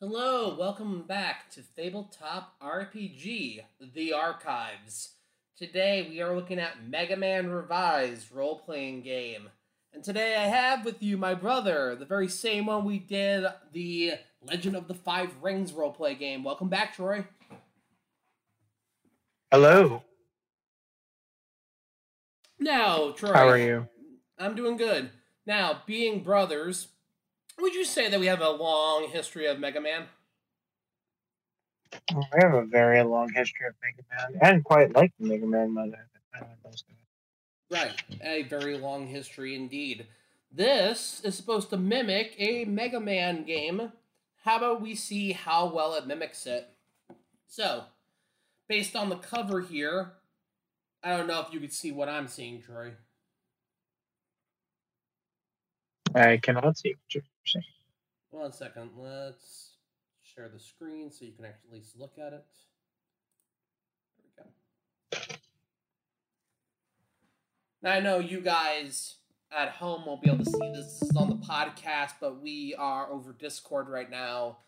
Hello, welcome back to Fabletop RPG, The Archives. Today we are looking at Mega Man Revised role playing game. And today I have with you my brother, the very same one we did the Legend of the Five Rings role play game. Welcome back, Troy. Hello. Now, Troy, How are you? I'm doing good. Now, being brothers, would you say that we have a long history of Mega Man? Well, I have a very long history of Mega Man. I didn't quite like the Mega Man mother. most of it. Right. A very long history indeed. This is supposed to mimic a Mega Man game. How about we see how well it mimics it? So, based on the cover here, I don't know if you could see what I'm seeing, Troy. I cannot see what you're saying. One second. Let's share the screen so you can actually at least look at it. There we go. Now I know you guys at home won't be able to see this. This is on the podcast, but we are over Discord right now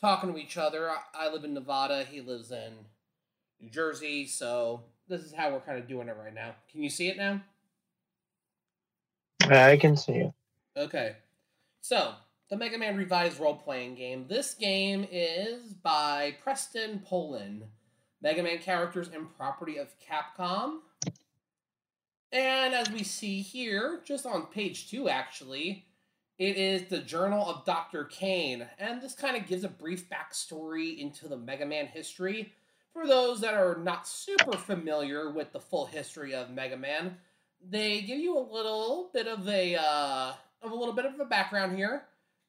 talking to each other. I- I live in Nevada. He lives in New Jersey. So this is how we're kind of doing it right now. Can you see it now? I can see it. Okay. So, the Mega Man Revised role playing game. This game is by Preston Poland. Mega Man characters and property of Capcom. And as we see here, just on page two, actually, it is the Journal of Dr. Kane. And this kind of gives a brief backstory into the Mega Man history. For those that are not super familiar with the full history of Mega Man, they give you a little bit of a uh, of a little bit of a background here.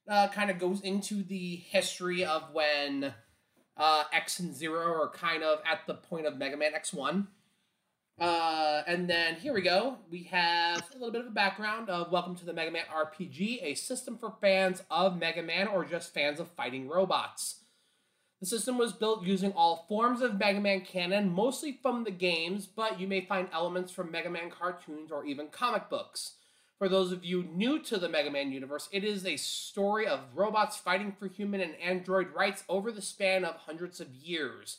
Uh, kind of goes into the history of when uh, X and Zero are kind of at the point of Mega Man X One. Uh, and then here we go. We have a little bit of a background of Welcome to the Mega Man RPG, a system for fans of Mega Man or just fans of fighting robots. The system was built using all forms of Mega Man canon, mostly from the games, but you may find elements from Mega Man cartoons or even comic books. For those of you new to the Mega Man universe, it is a story of robots fighting for human and android rights over the span of hundreds of years.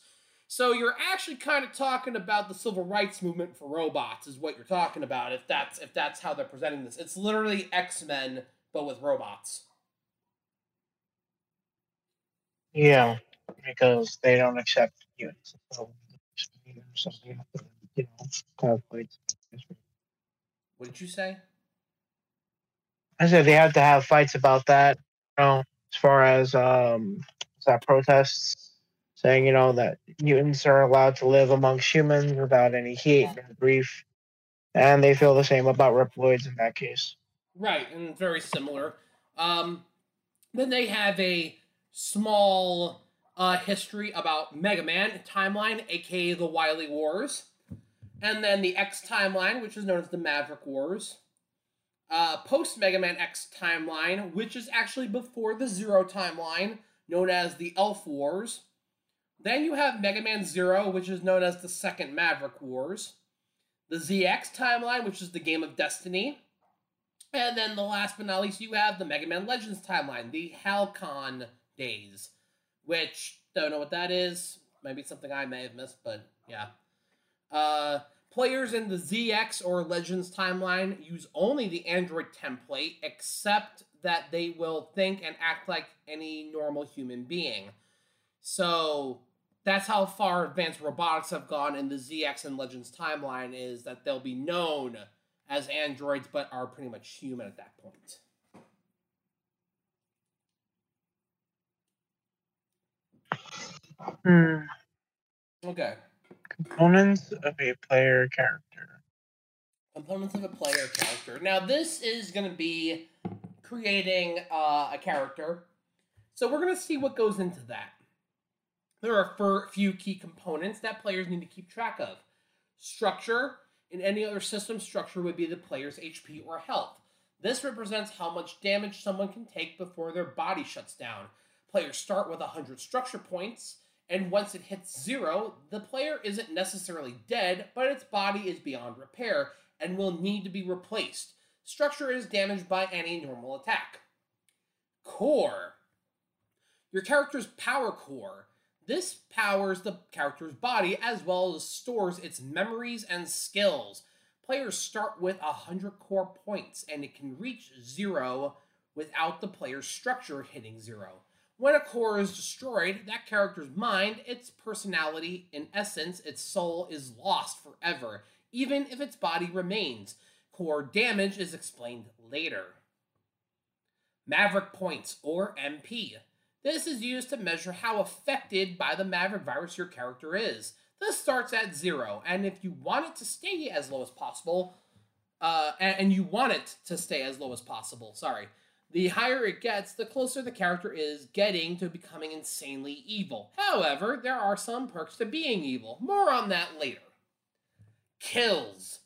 So you're actually kind of talking about the civil rights movement for robots is what you're talking about if that's if that's how they're presenting this. It's literally X-Men but with robots. Yeah, because they don't accept units. So so you have to, you know, have fights. What did you say? I said they have to have fights about that. You know, as far as um, is that protests saying you know that mutants are allowed to live amongst humans without any heat or grief, and they feel the same about Reploids in that case. Right, and very similar. Um, then they have a small uh, history about Mega Man timeline, aka the Wily Wars, and then the X timeline, which is known as the Maverick Wars. Uh, Post Mega Man X timeline, which is actually before the Zero timeline, known as the Elf Wars. Then you have Mega Man Zero, which is known as the Second Maverick Wars. The ZX timeline, which is the Game of Destiny. And then the last but not least, you have the Mega Man Legends timeline, the Halcon days, which don't know what that is. Maybe it's something I may have missed, but yeah. Uh, players in the ZX or Legends timeline use only the Android template, except that they will think and act like any normal human being. So that's how far advanced robotics have gone in the ZX and Legends timeline is that they'll be known as androids, but are pretty much human at that point. Hmm. Okay. Components of a player character. Components of a player character. Now, this is going to be creating uh, a character. So, we're going to see what goes into that. There are a fir- few key components that players need to keep track of. Structure. In any other system, structure would be the player's HP or health. This represents how much damage someone can take before their body shuts down. Players start with 100 structure points, and once it hits zero, the player isn't necessarily dead, but its body is beyond repair and will need to be replaced. Structure is damaged by any normal attack. Core. your character's power core. This powers the character's body as well as stores its memories and skills. Players start with 100 core points and it can reach zero without the player's structure hitting zero. When a core is destroyed, that character's mind, its personality, in essence, its soul is lost forever, even if its body remains. Core damage is explained later. Maverick points, or MP. This is used to measure how affected by the Maverick virus your character is. This starts at zero, and if you want it to stay as low as possible, uh, and, and you want it to stay as low as possible, sorry, the higher it gets, the closer the character is getting to becoming insanely evil. However, there are some perks to being evil. More on that later. Kills.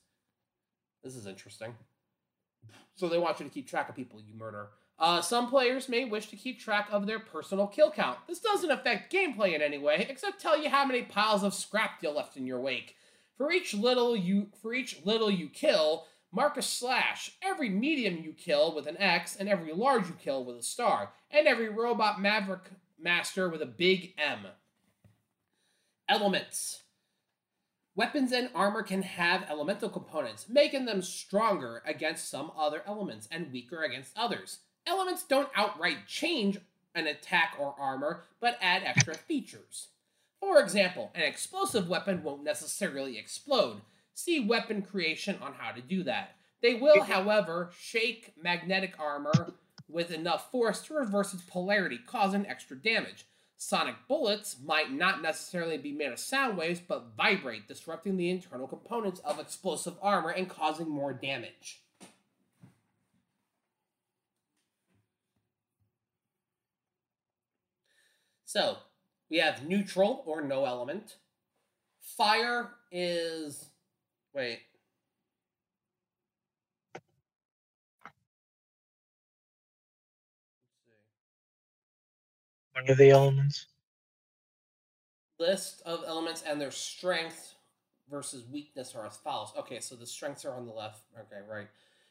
This is interesting. So they want you to keep track of people you murder. Uh, some players may wish to keep track of their personal kill count. This doesn't affect gameplay in any way, except tell you how many piles of scrap you left in your wake. For each little you for each little you kill, mark a slash. Every medium you kill with an X, and every large you kill with a star, and every robot maverick master with a big M. Elements. Weapons and armor can have elemental components, making them stronger against some other elements and weaker against others. Elements don't outright change an attack or armor, but add extra features. For example, an explosive weapon won't necessarily explode, see weapon creation on how to do that. They will, however, shake magnetic armor with enough force to reverse its polarity, causing extra damage. Sonic bullets might not necessarily be made of sound waves, but vibrate, disrupting the internal components of explosive armor and causing more damage. So, we have neutral or no element. Fire is Wait. Let's see. What are the elements? List of elements and their strength versus weakness are as follows. Okay, so the strengths are on the left. Okay, right.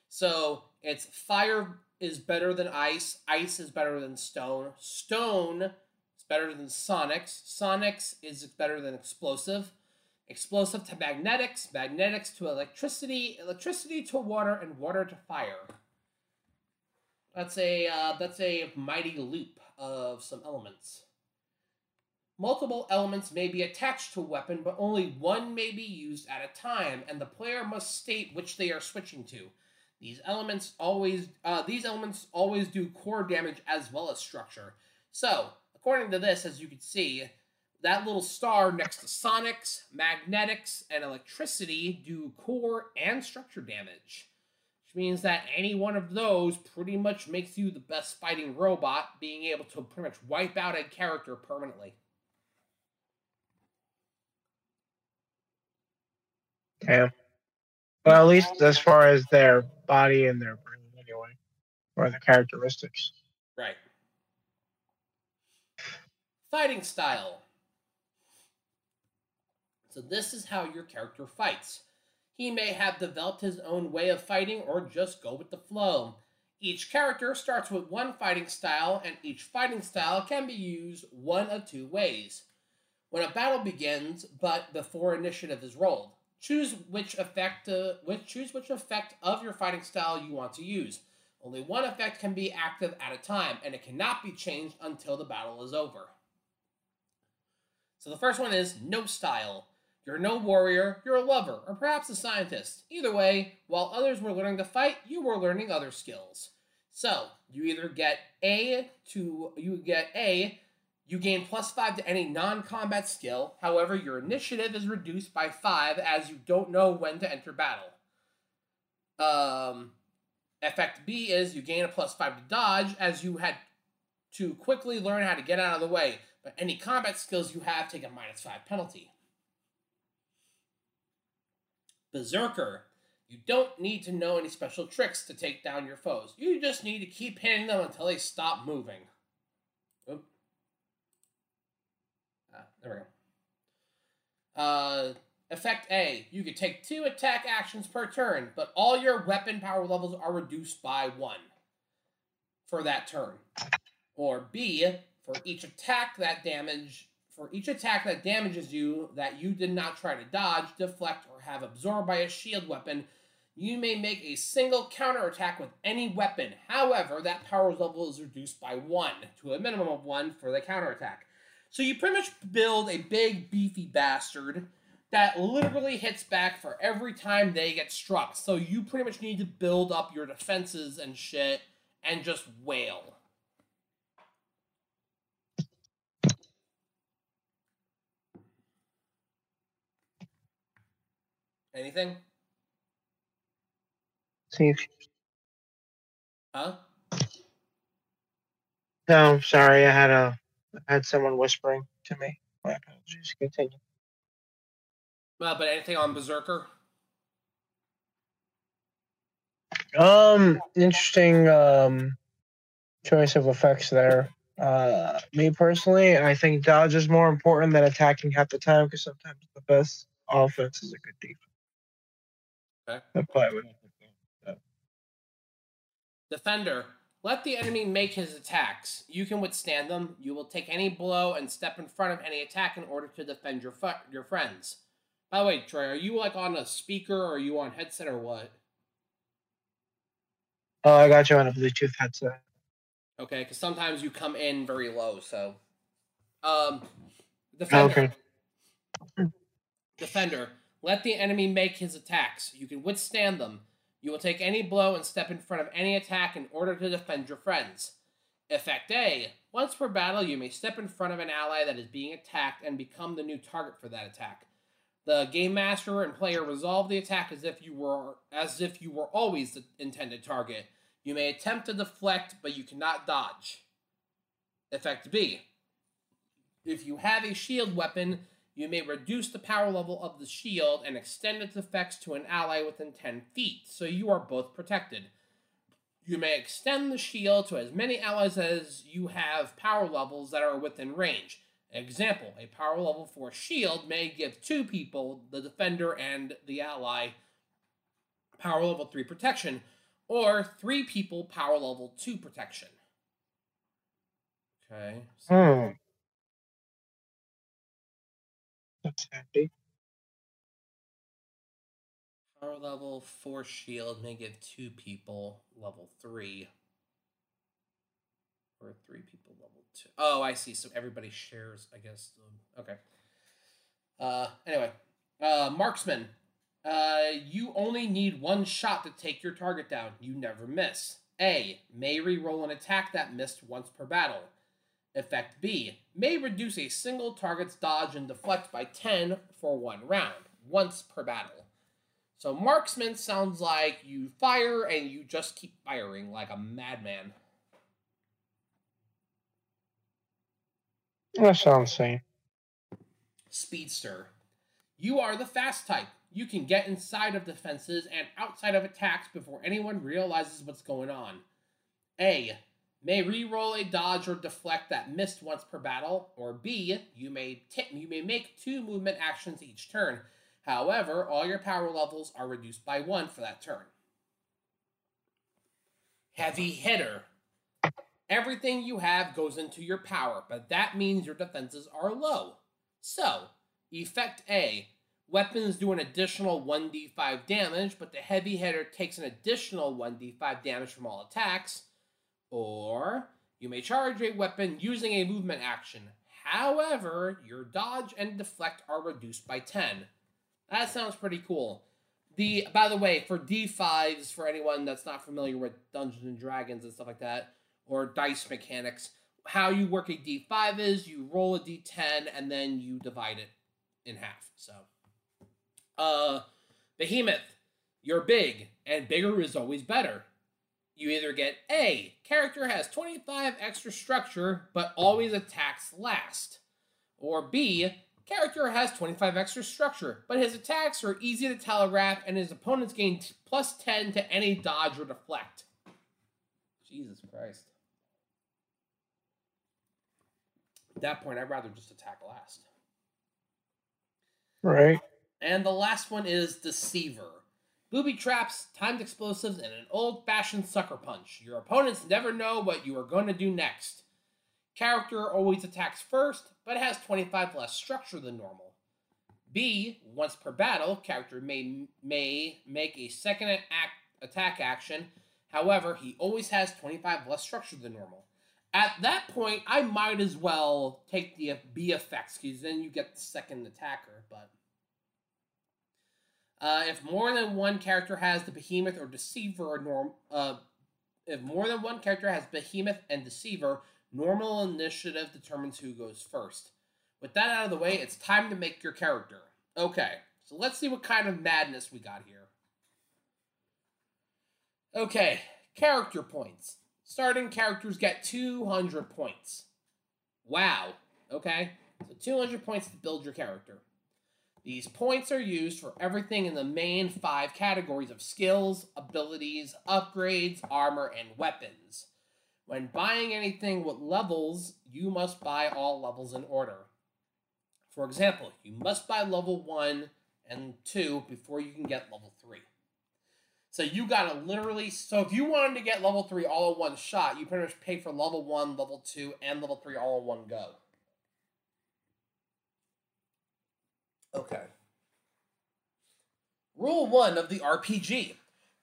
So it's fire is better than ice, ice is better than stone, stone is better than sonics, sonics is better than explosive, explosive to magnetics, magnetics to electricity, electricity to water, and water to fire. That's a uh, that's a mighty loop of some elements. Multiple elements may be attached to a weapon, but only one may be used at a time, and the player must state which they are switching to. These elements always uh, these elements always do core damage as well as structure. So, according to this, as you can see, that little star next to sonics, magnetics, and electricity do core and structure damage, which means that any one of those pretty much makes you the best fighting robot, being able to pretty much wipe out a character permanently. Yeah. Well, at least as far as their body and their brain, anyway, or the characteristics. Right. Fighting style. So this is how your character fights. He may have developed his own way of fighting or just go with the flow. Each character starts with one fighting style, and each fighting style can be used one of two ways. When a battle begins, but before initiative is rolled, choose which effect uh, which choose which effect of your fighting style you want to use. Only one effect can be active at a time, and it cannot be changed until the battle is over. So the first one is no style. You're no warrior, you're a lover, or perhaps a scientist. Either way, while others were learning to fight, you were learning other skills. So, you either get A to you get A, you gain plus 5 to any non-combat skill. However, your initiative is reduced by 5 as you don't know when to enter battle. Um effect B is you gain a plus 5 to dodge as you had to quickly learn how to get out of the way, but any combat skills you have take a minus 5 penalty. Berserker. You don't need to know any special tricks to take down your foes. You just need to keep hitting them until they stop moving. Oop. Ah, there we go. Uh, effect A. You can take two attack actions per turn, but all your weapon power levels are reduced by one for that turn. Or B. For each attack that damage, for each attack that damages you that you did not try to dodge, deflect, or have absorbed by a shield weapon, you may make a single counterattack with any weapon. However, that power level is reduced by one to a minimum of one for the counterattack. So you pretty much build a big beefy bastard that literally hits back for every time they get struck. So you pretty much need to build up your defenses and shit and just wail. Anything? See if Huh? No, sorry, I had a I had someone whispering to me. My apologies. Continue. Well, Uh, but anything on Berserker? Um, interesting um choice of effects there. Uh, me personally, I think dodge is more important than attacking half the time because sometimes the best offense is a good defense. Okay. That's probably what I would. Defender, let the enemy make his attacks. You can withstand them. You will take any blow and step in front of any attack in order to defend your fu- your friends. By the way, Troy, are you like on a speaker or are you on headset or what? Oh, I got you on a Bluetooth headset. Okay, because sometimes you come in very low, so. Um, defender. Defender, let the enemy make his attacks. You can withstand them. You will take any blow and step in front of any attack in order to defend your friends. Effect A. Once per battle, you may step in front of an ally that is being attacked and become the new target for that attack. The game master and player resolve the attack as if you were as if you were always the intended target. You may attempt to deflect, but you cannot dodge. Effect B. If you have a shield weapon, you may reduce the power level of the shield and extend its effects to an ally within 10 feet, so you are both protected. You may extend the shield to as many allies as you have power levels that are within range. Example, a power level 4 shield may give two people, the defender and the ally, power level 3 protection, or three people, power level 2 protection. Okay. so- Hmm. That's handy. Power level four shield may give two people level three. Or three people level two. Oh, I see. So everybody shares, I guess. Um, okay. Uh, anyway, uh, marksman. Uh, you only need one shot to take your target down. You never miss. A. May re-roll an attack that missed once per battle. Effect B may reduce a single target's dodge and deflect by 10 for one round, once per battle. So marksman sounds like you fire and you just keep firing like a madman. That sounds sane. Speedster. You are the fast type. You can get inside of defenses and outside of attacks before anyone realizes what's going on. A. May re-roll a dodge or deflect that missed once per battle, or B. You may ti- you may make two movement actions each turn. However, all your power levels are reduced by one for that turn. Heavy hitter. Everything you have goes into your power, but that means your defenses are low. So, Effect A weapons do an additional 1d5 damage, but the heavy hitter takes an additional 1d5 damage from all attacks. Or, you may charge a weapon using a movement action. However, your dodge and deflect are reduced by 10. That sounds pretty cool. The by the way, for D5s, for anyone that's not familiar with Dungeons and Dragons and stuff like that, or dice mechanics, how you work a d5 is you roll a d10 and then you divide it in half. So, uh, Behemoth, you're big, and bigger is always better. You either get A, character has 25 extra structure but always attacks last, or B, character has 25 extra structure but his attacks are easy to telegraph and his opponents gain t- plus 10 to any dodge or deflect. Jesus Christ. At that point, I'd rather just attack last. Right. And the last one is Deceiver. Booby traps, timed explosives, and an old fashioned sucker punch. Your opponents never know what you are going to do next. Character always attacks first, but has 25 less structure than normal. B, once per battle, character may may make a second act, attack action. However, he always has 25 less structure than normal. At that point, I might as well take the B effects because then you get the second attacker. But uh, if more than one character has the behemoth or deceiver, or norm, uh, if more than one character has behemoth and deceiver, normal initiative determines who goes first. With that out of the way, it's time to make your character. Okay, so let's see what kind of madness we got here. Okay, character points. Starting characters get 200 points. Wow. Okay, so 200 points to build your character. These points are used for everything in the main five categories of skills, abilities, upgrades, armor, and weapons. When buying anything with levels, you must buy all levels in order. For example, you must buy level 1 and 2 before you can get level 3. So you gotta literally. So if you wanted to get level 3 all in one shot, you pretty much pay for level 1, level 2, and level 3 all in one go. Okay. Rule 1 of the RPG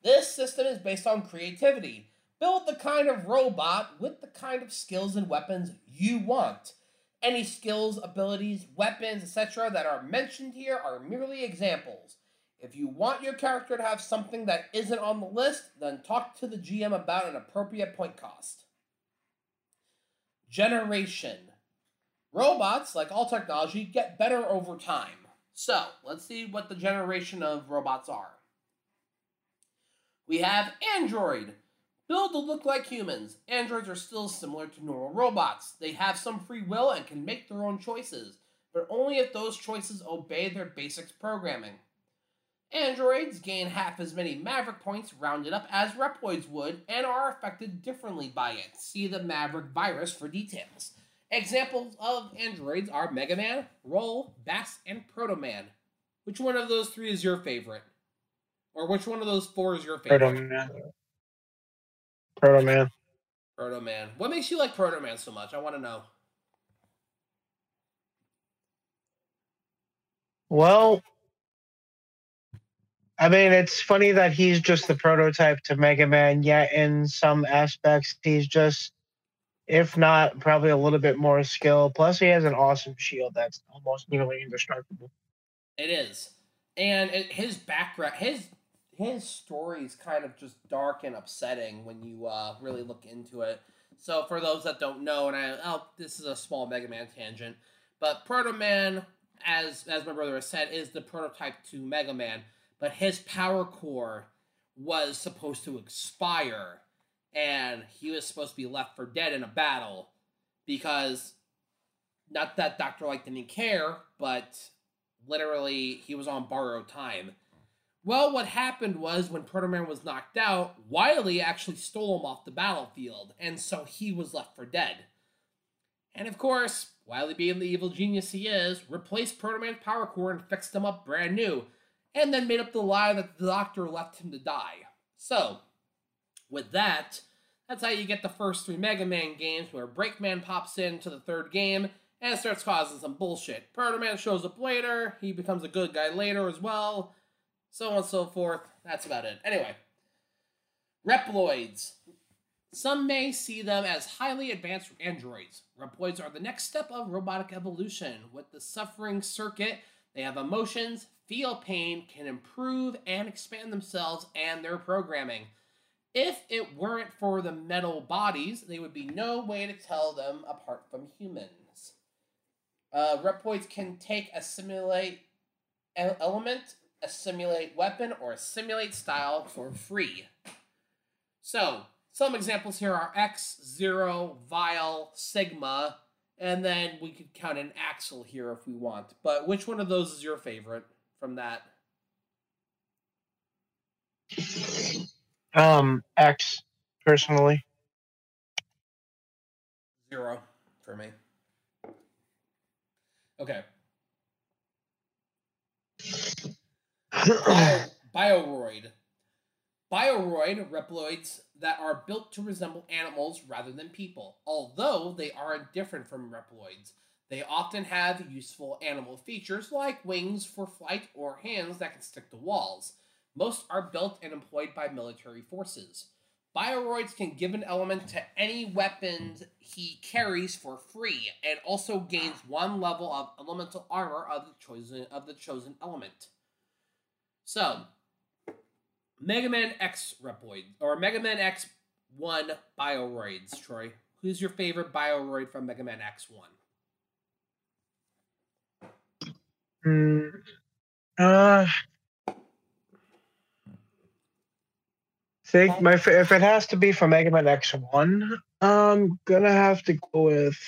this system is based on creativity. Build the kind of robot with the kind of skills and weapons you want. Any skills, abilities, weapons, etc., that are mentioned here are merely examples. If you want your character to have something that isn't on the list, then talk to the GM about an appropriate point cost. Generation Robots, like all technology, get better over time. So, let's see what the generation of robots are. We have Android. Build to look like humans, androids are still similar to normal robots. They have some free will and can make their own choices, but only if those choices obey their basics programming. Androids gain half as many Maverick points rounded up as Repoids would and are affected differently by it. See the Maverick virus for details. Examples of androids are Mega Man, Roll, Bass, and Proto Man. Which one of those three is your favorite? Or which one of those four is your favorite? Proto Man. Proto Man. Proto Man. What makes you like Proto Man so much? I want to know. Well, I mean, it's funny that he's just the prototype to Mega Man, yet in some aspects, he's just, if not, probably a little bit more skill. Plus, he has an awesome shield that's almost nearly indestructible. It is, and it, his background, his his story is kind of just dark and upsetting when you uh, really look into it. So, for those that don't know, and I, oh, this is a small Mega Man tangent, but Proto Man, as as my brother has said, is the prototype to Mega Man but his power core was supposed to expire and he was supposed to be left for dead in a battle because not that Dr. Light didn't care, but literally he was on borrowed time. Well, what happened was when Proto Man was knocked out, Wily actually stole him off the battlefield, and so he was left for dead. And of course, Wily being the evil genius he is, replaced Proto Man's power core and fixed him up brand new, and then made up the lie that the doctor left him to die. So, with that, that's how you get the first three Mega Man games where Breakman pops into the third game and starts causing some bullshit. Proto Man shows up later, he becomes a good guy later as well, so on and so forth. That's about it. Anyway, Reploids. Some may see them as highly advanced androids. Reploids are the next step of robotic evolution. With the suffering circuit, they have emotions, feel pain, can improve and expand themselves and their programming. If it weren't for the metal bodies, there would be no way to tell them apart from humans. Uh, Reploids can take assimilate ele- element, assimilate weapon, or assimilate style for free. So, some examples here are X, Zero, Vile, Sigma, and then we could count an Axle here if we want. But which one of those is your favorite? from that? Um, X, personally. Zero for me. Okay. Bio- Bioroid. Bioroid Reploids that are built to resemble animals rather than people. Although they are different from Reploids, they often have useful animal features like wings for flight or hands that can stick to walls. Most are built and employed by military forces. Bioroids can give an element to any weapons he carries for free, and also gains one level of elemental armor of the chosen of the chosen element. So, Mega Man X Repoid or Mega Man X One Bioroids. Troy, who's your favorite Bioroid from Mega Man X One? Mm, uh, think my fa- if it has to be for Mega Man X One, I'm gonna have to go with.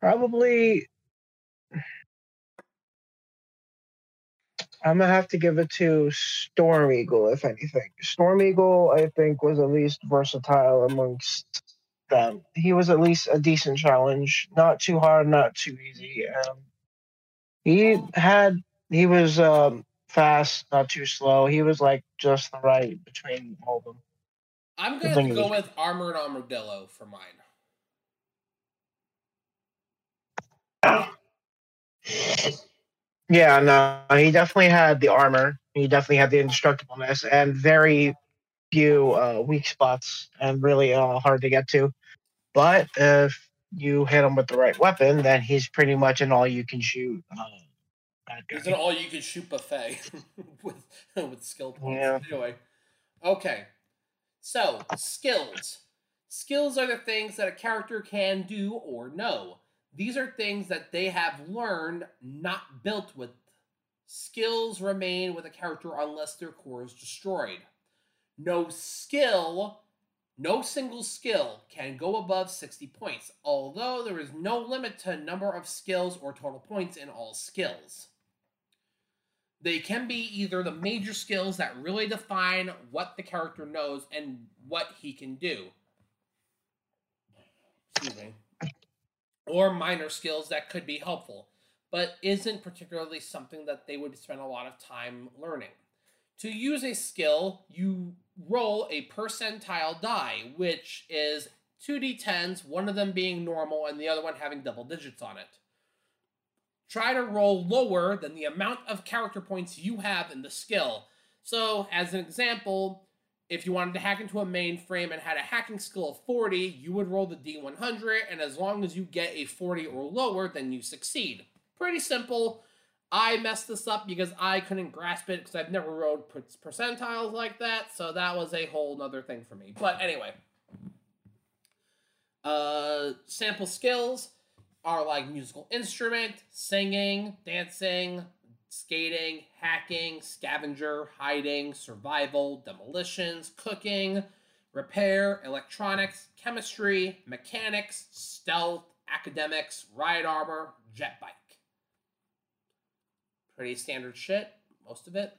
Probably, I'm gonna have to give it to Storm Eagle, if anything. Storm Eagle, I think, was at least versatile amongst them. He was at least a decent challenge, not too hard, not too easy. Um, he had he was um, fast, not too slow. He was like just the right between all of them. I'm I think gonna it go was- with Armored Armadillo for mine. Yeah, no, he definitely had the armor. He definitely had the indestructibleness and very few uh, weak spots and really uh, hard to get to. But if you hit him with the right weapon, then he's pretty much an all-you-can-shoot uh, bad guy. It's an all you can shoot buffet with with skill points. Yeah. Anyway. Okay. So, skills. Skills are the things that a character can do or know. These are things that they have learned, not built with. Skills remain with a character unless their core is destroyed. No skill, no single skill can go above 60 points, although there is no limit to number of skills or total points in all skills. They can be either the major skills that really define what the character knows and what he can do. Excuse me. Or minor skills that could be helpful, but isn't particularly something that they would spend a lot of time learning. To use a skill, you roll a percentile die, which is 2d10s, one of them being normal and the other one having double digits on it try to roll lower than the amount of character points you have in the skill. So, as an example, if you wanted to hack into a mainframe and had a hacking skill of 40, you would roll the D100, and as long as you get a 40 or lower, then you succeed. Pretty simple. I messed this up because I couldn't grasp it because I've never rolled per- percentiles like that, so that was a whole nother thing for me. But anyway, uh, sample skills are like musical instrument, singing, dancing, skating, hacking, scavenger, hiding, survival, demolitions, cooking, repair, electronics, chemistry, mechanics, stealth, academics, ride armor, jet bike. Pretty standard shit, most of it.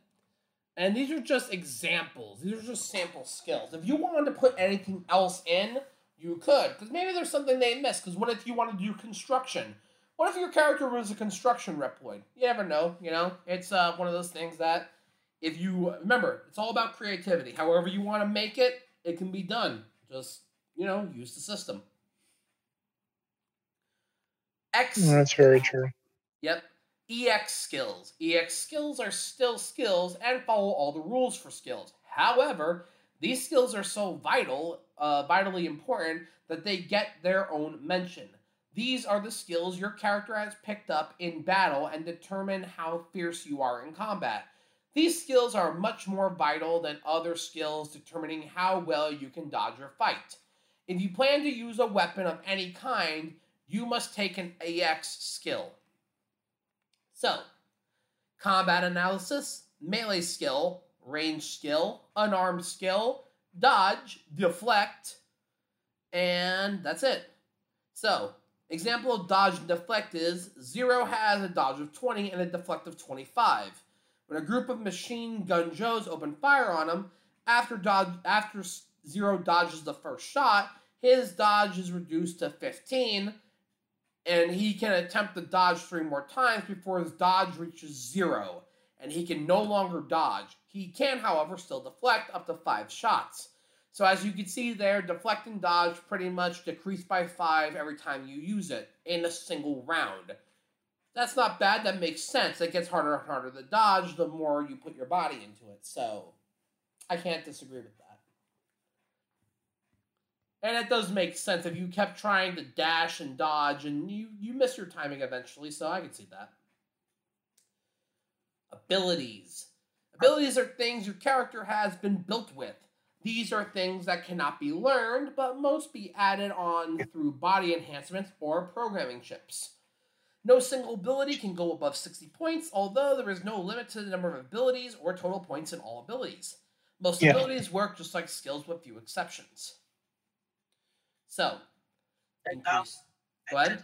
And these are just examples. These are just sample skills. If you wanted to put anything else in, you could, because maybe there's something they missed. Because what if you want to do construction? What if your character was a construction reploid? You never know. You know, it's uh, one of those things that if you remember, it's all about creativity. However you want to make it, it can be done. Just you know, use the system. X. That's very true. Yep. EX skills. EX skills are still skills and follow all the rules for skills. However, these skills are so vital, uh, vitally important, that they get their own mention. These are the skills your character has picked up in battle and determine how fierce you are in combat. These skills are much more vital than other skills determining how well you can dodge or fight. If you plan to use a weapon of any kind, you must take an AX skill. So, combat analysis, melee skill, range skill, unarmed skill, dodge, deflect, and that's it. So, example of dodge and deflect is zero has a dodge of 20 and a deflect of 25. When a group of machine gun Joes open fire on him, after dodge after s- zero dodges the first shot, his dodge is reduced to 15 and he can attempt to dodge three more times before his dodge reaches zero, and he can no longer dodge. He can, however, still deflect up to five shots. So as you can see there, deflect and dodge pretty much decrease by five every time you use it in a single round. That's not bad. That makes sense. It gets harder and harder to dodge the more you put your body into it. So I can't disagree with that. And it does make sense if you kept trying to dash and dodge, and you you miss your timing eventually. So I can see that. Abilities. Abilities are things your character has been built with. These are things that cannot be learned, but most be added on through body enhancements or programming chips. No single ability can go above 60 points, although there is no limit to the number of abilities or total points in all abilities. Most Yeah. abilities work just like skills with few exceptions. So, Like, um, increase. Go ahead.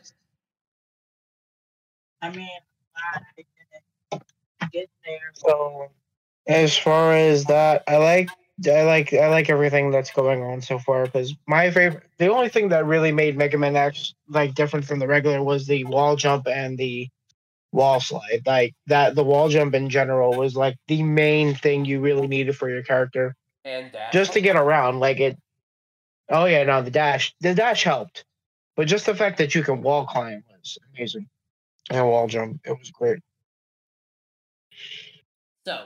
I mean, I didn't get there. So, as far as that, I like, I like, I like everything that's going on so far. Because my favorite, the only thing that really made Mega Man X like different from the regular was the wall jump and the wall slide. Like that, the wall jump in general was like the main thing you really needed for your character and dash. just to get around. Like it. Oh yeah, no, the dash, the dash helped, but just the fact that you can wall climb was amazing, and wall jump, it was great. So,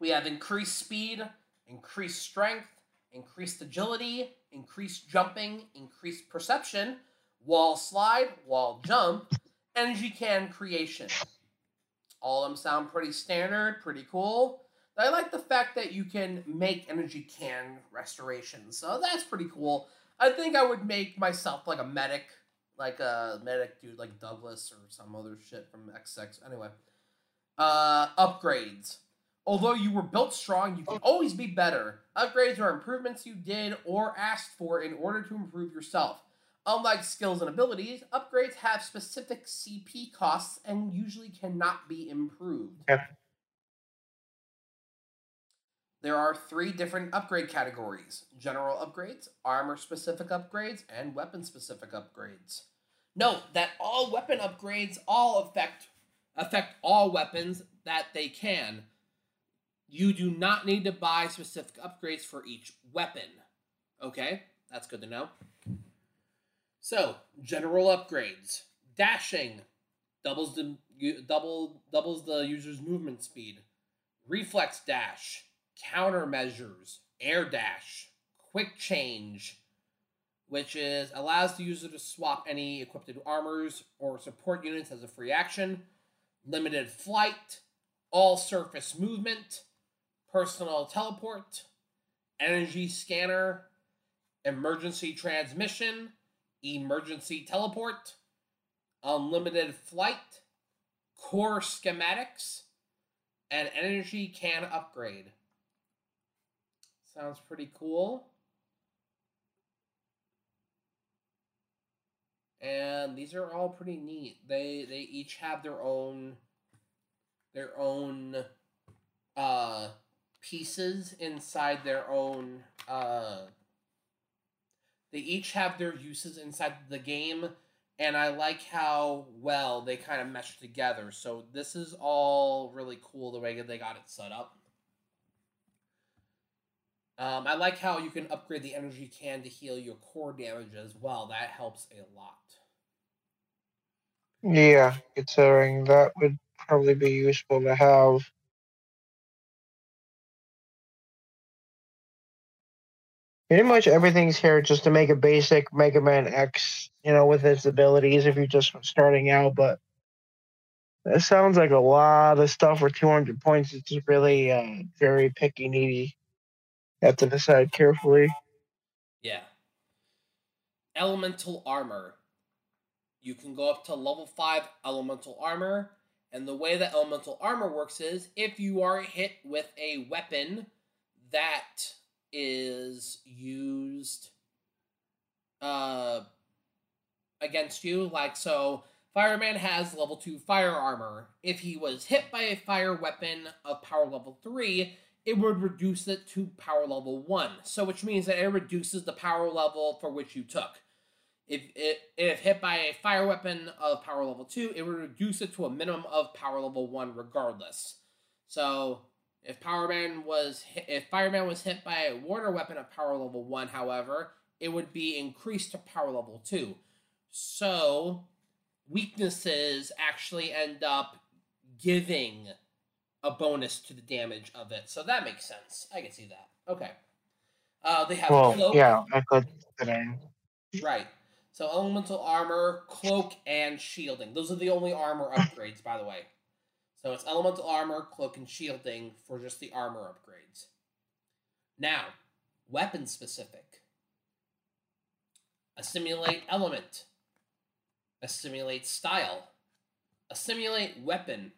we have increased speed, increased strength, increased agility, increased jumping, increased perception, wall slide, wall jump, energy can creation. All of them sound pretty standard, pretty cool. I like the fact that you can make energy can restoration, so that's pretty cool. I think I would make myself like a medic, like a medic dude, like Douglas or some other shit from XX. Anyway, uh, upgrades. Although you were built strong, you can always be better. Upgrades are improvements you did or asked for in order to improve yourself. Unlike skills and abilities, upgrades have specific CP costs and usually cannot be improved. Yeah. There are three different upgrade categories general upgrades, armor specific upgrades, and weapon specific upgrades. Note that all weapon upgrades all affect affect all weapons that they can. You do not need to buy specific upgrades for each weapon. Okay, that's good to know. So, general upgrades. Dashing doubles the u- double doubles the user's movement speed. Reflex dash, countermeasures, air dash, quick change, which is allows the user to swap any equipped armors or support units as a free action limited flight, all surface movement, personal teleport, energy scanner, emergency transmission, emergency teleport, unlimited flight, core schematics, and energy can upgrade. Sounds pretty cool. and these are all pretty neat. They they each have their own their own uh pieces inside their own uh they each have their uses inside the game and I like how well they kind of mesh together. So this is all really cool the way they got it set up. Um, I like how you can upgrade the energy can to heal your core damage as well. That helps a lot. Yeah, considering that would probably be useful to have. Pretty much everything's here just to make a basic Mega Man X, you know, with its abilities if you're just starting out, but that sounds like a lot of stuff for 200 points. It's just really uh, very picky, needy. You have to decide carefully. Yeah. Elemental armor. You can go up to level 5 elemental armor, and the way that elemental armor works is if you are hit with a weapon that is used uh against you, like so Fireman has level 2 fire armor. If he was hit by a fire weapon of power level 3, it would reduce it to power level one. So, which means that it reduces the power level for which you took. If it if hit by a fire weapon of power level two, it would reduce it to a minimum of power level one, regardless. So if Powerman was hit, if Fireman was hit by a water weapon of power level one, however, it would be increased to power level two. So weaknesses actually end up giving a bonus to the damage of it. So that makes sense. I can see that. Okay. Uh, they have Well, cloak. yeah, I could today. Right. So elemental armor, cloak, and shielding. Those are the only armor upgrades, by the way. So it's elemental armor, cloak, and shielding for just the armor upgrades. Now, weapon specific. Assimilate element. Assimilate style. Assimilate weapon.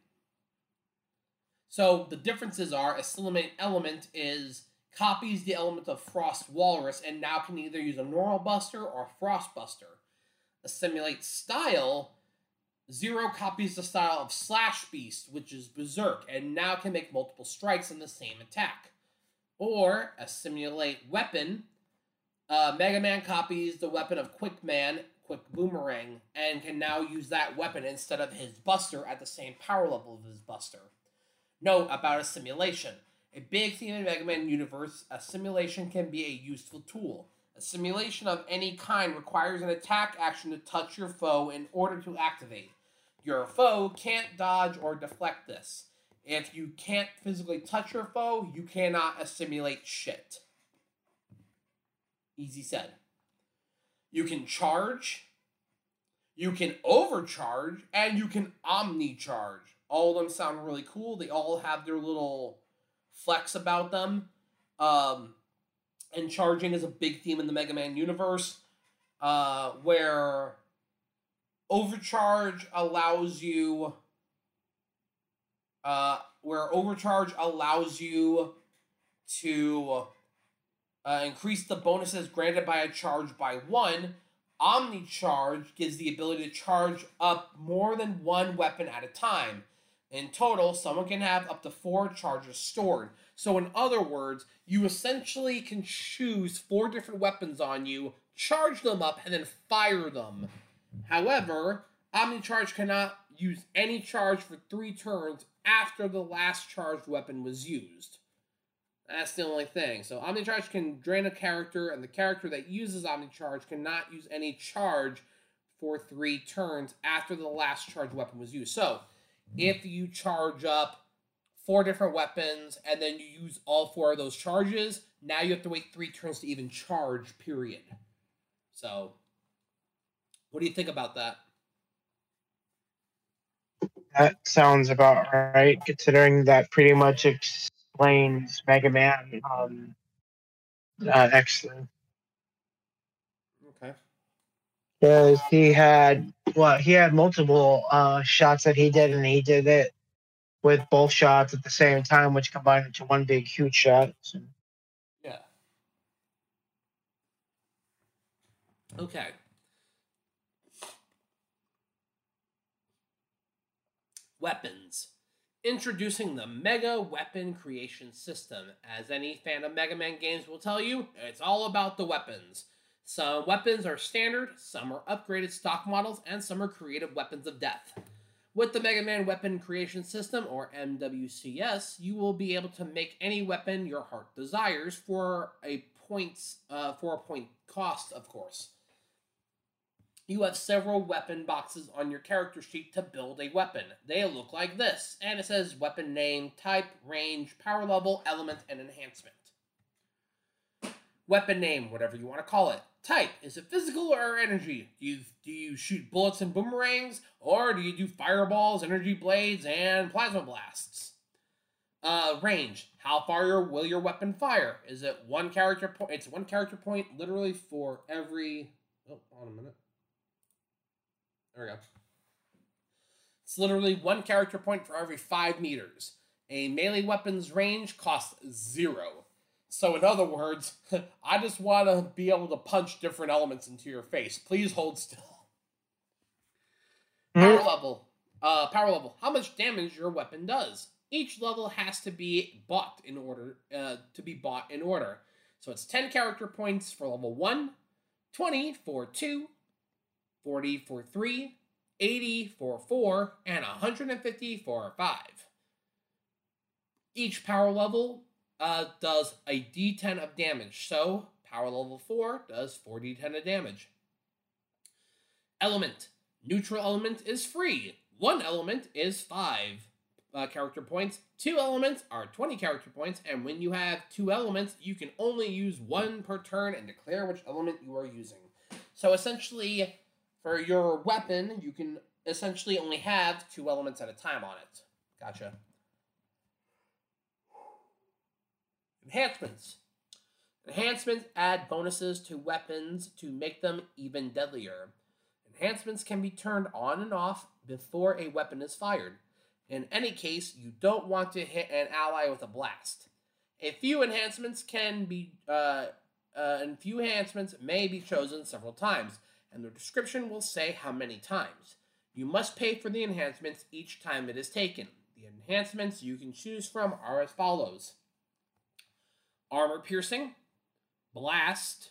So the differences are assimilate element is copies the element of Frost Walrus and now can either use a normal buster or Frost Buster. Assimilate style. Zero copies the style of Slash Beast, which is Berserk, and now can make multiple strikes in the same attack. Or assimilate weapon. Uh, Mega Man copies the weapon of Quick Man, Quick Boomerang, and can now use that weapon instead of his Buster at the same power level of his Buster. Note about assimilation. A big theme in Mega Man universe, a simulation can be a useful tool. A simulation of any kind requires an attack action to touch your foe in order to activate. Your foe can't dodge or deflect this. If you can't physically touch your foe, you cannot assimilate shit. Easy said. You can charge, you can overcharge, and you can omnicharge. All of them sound really cool. They all have their little flex about them. Um, and charging is a big theme in the Mega Man universe, uh, where overcharge allows you, uh, where overcharge allows you to uh, increase the bonuses granted by a charge by one. Omnicharge gives the ability to charge up more than one weapon at a time. In total, someone can have up to four charges stored. So, in other words, you essentially can choose four different weapons on you, charge them up, and then fire them. However, Omnicharge cannot use any charge for three turns after the last charged weapon was used. That's the only thing. So, Omnicharge can drain a character, and the character that uses Omnicharge cannot use any charge for three turns after the last charged weapon was used. So, if you charge up four different weapons and then you use all four of those charges, now you have to wait three turns to even charge, period. So, what do you think about that? That sounds about right, considering that pretty much explains Mega Man um, uh, X. Okay. Because he had, well, he had multiple uh, shots that he did, and he did it with both shots at the same time, which combined into one big, huge shot. So, Yeah. Okay. Weapons. Introducing the Mega Weapon Creation System. As any fan of Mega Man games will tell you, it's all about the weapons. Some weapons are standard, some are upgraded stock models, and some are creative weapons of death. With the Mega Man Weapon Creation System, or MWCS, you will be able to make any weapon your heart desires for a points uh, for a point cost, of course. You have several weapon boxes on your character sheet to build a weapon. They look like this, and it says weapon name, type, range, power level, element, and enhancement. Weapon name, whatever you want to call it. Type, is it physical or energy? Do you, do you shoot bullets and boomerangs, or do you do fireballs, energy blades, and plasma blasts? Uh, range, how far your, will your weapon fire? Is it one character point? It's one character point literally for every. Oh, hold on a minute. There we go. It's literally one character point for every five meters. A melee weapon's range costs zero. So, in other words, I just want to be able to punch different elements into your face. Please hold still. Power level. Uh, power level. How much damage your weapon does. Each level has to be bought in order uh, to be bought in order. So it's 10 character points for level 1, 20 for 2, 40 for 3, 80 for 4, and 150 for 5. Each power level uh, does a d10 of damage, so power level 4 does 4d10 of damage. Element. Neutral element is free. One element is 5 uh, character points. Two elements are 20 character points, and when you have two elements, you can only use one per turn and declare which element you are using. So essentially, for your weapon, you can essentially only have two elements at a time on it. Gotcha. Enhancements. Enhancements add bonuses to weapons to make them even deadlier. Enhancements can be turned on and off before a weapon is fired. In any case, you don't want to hit an ally with a blast. A few enhancements can be, uh, uh, and few enhancements may be chosen several times, and the description will say how many times. You must pay for the enhancements each time it is taken. The enhancements you can choose from are as follows armor piercing, blast,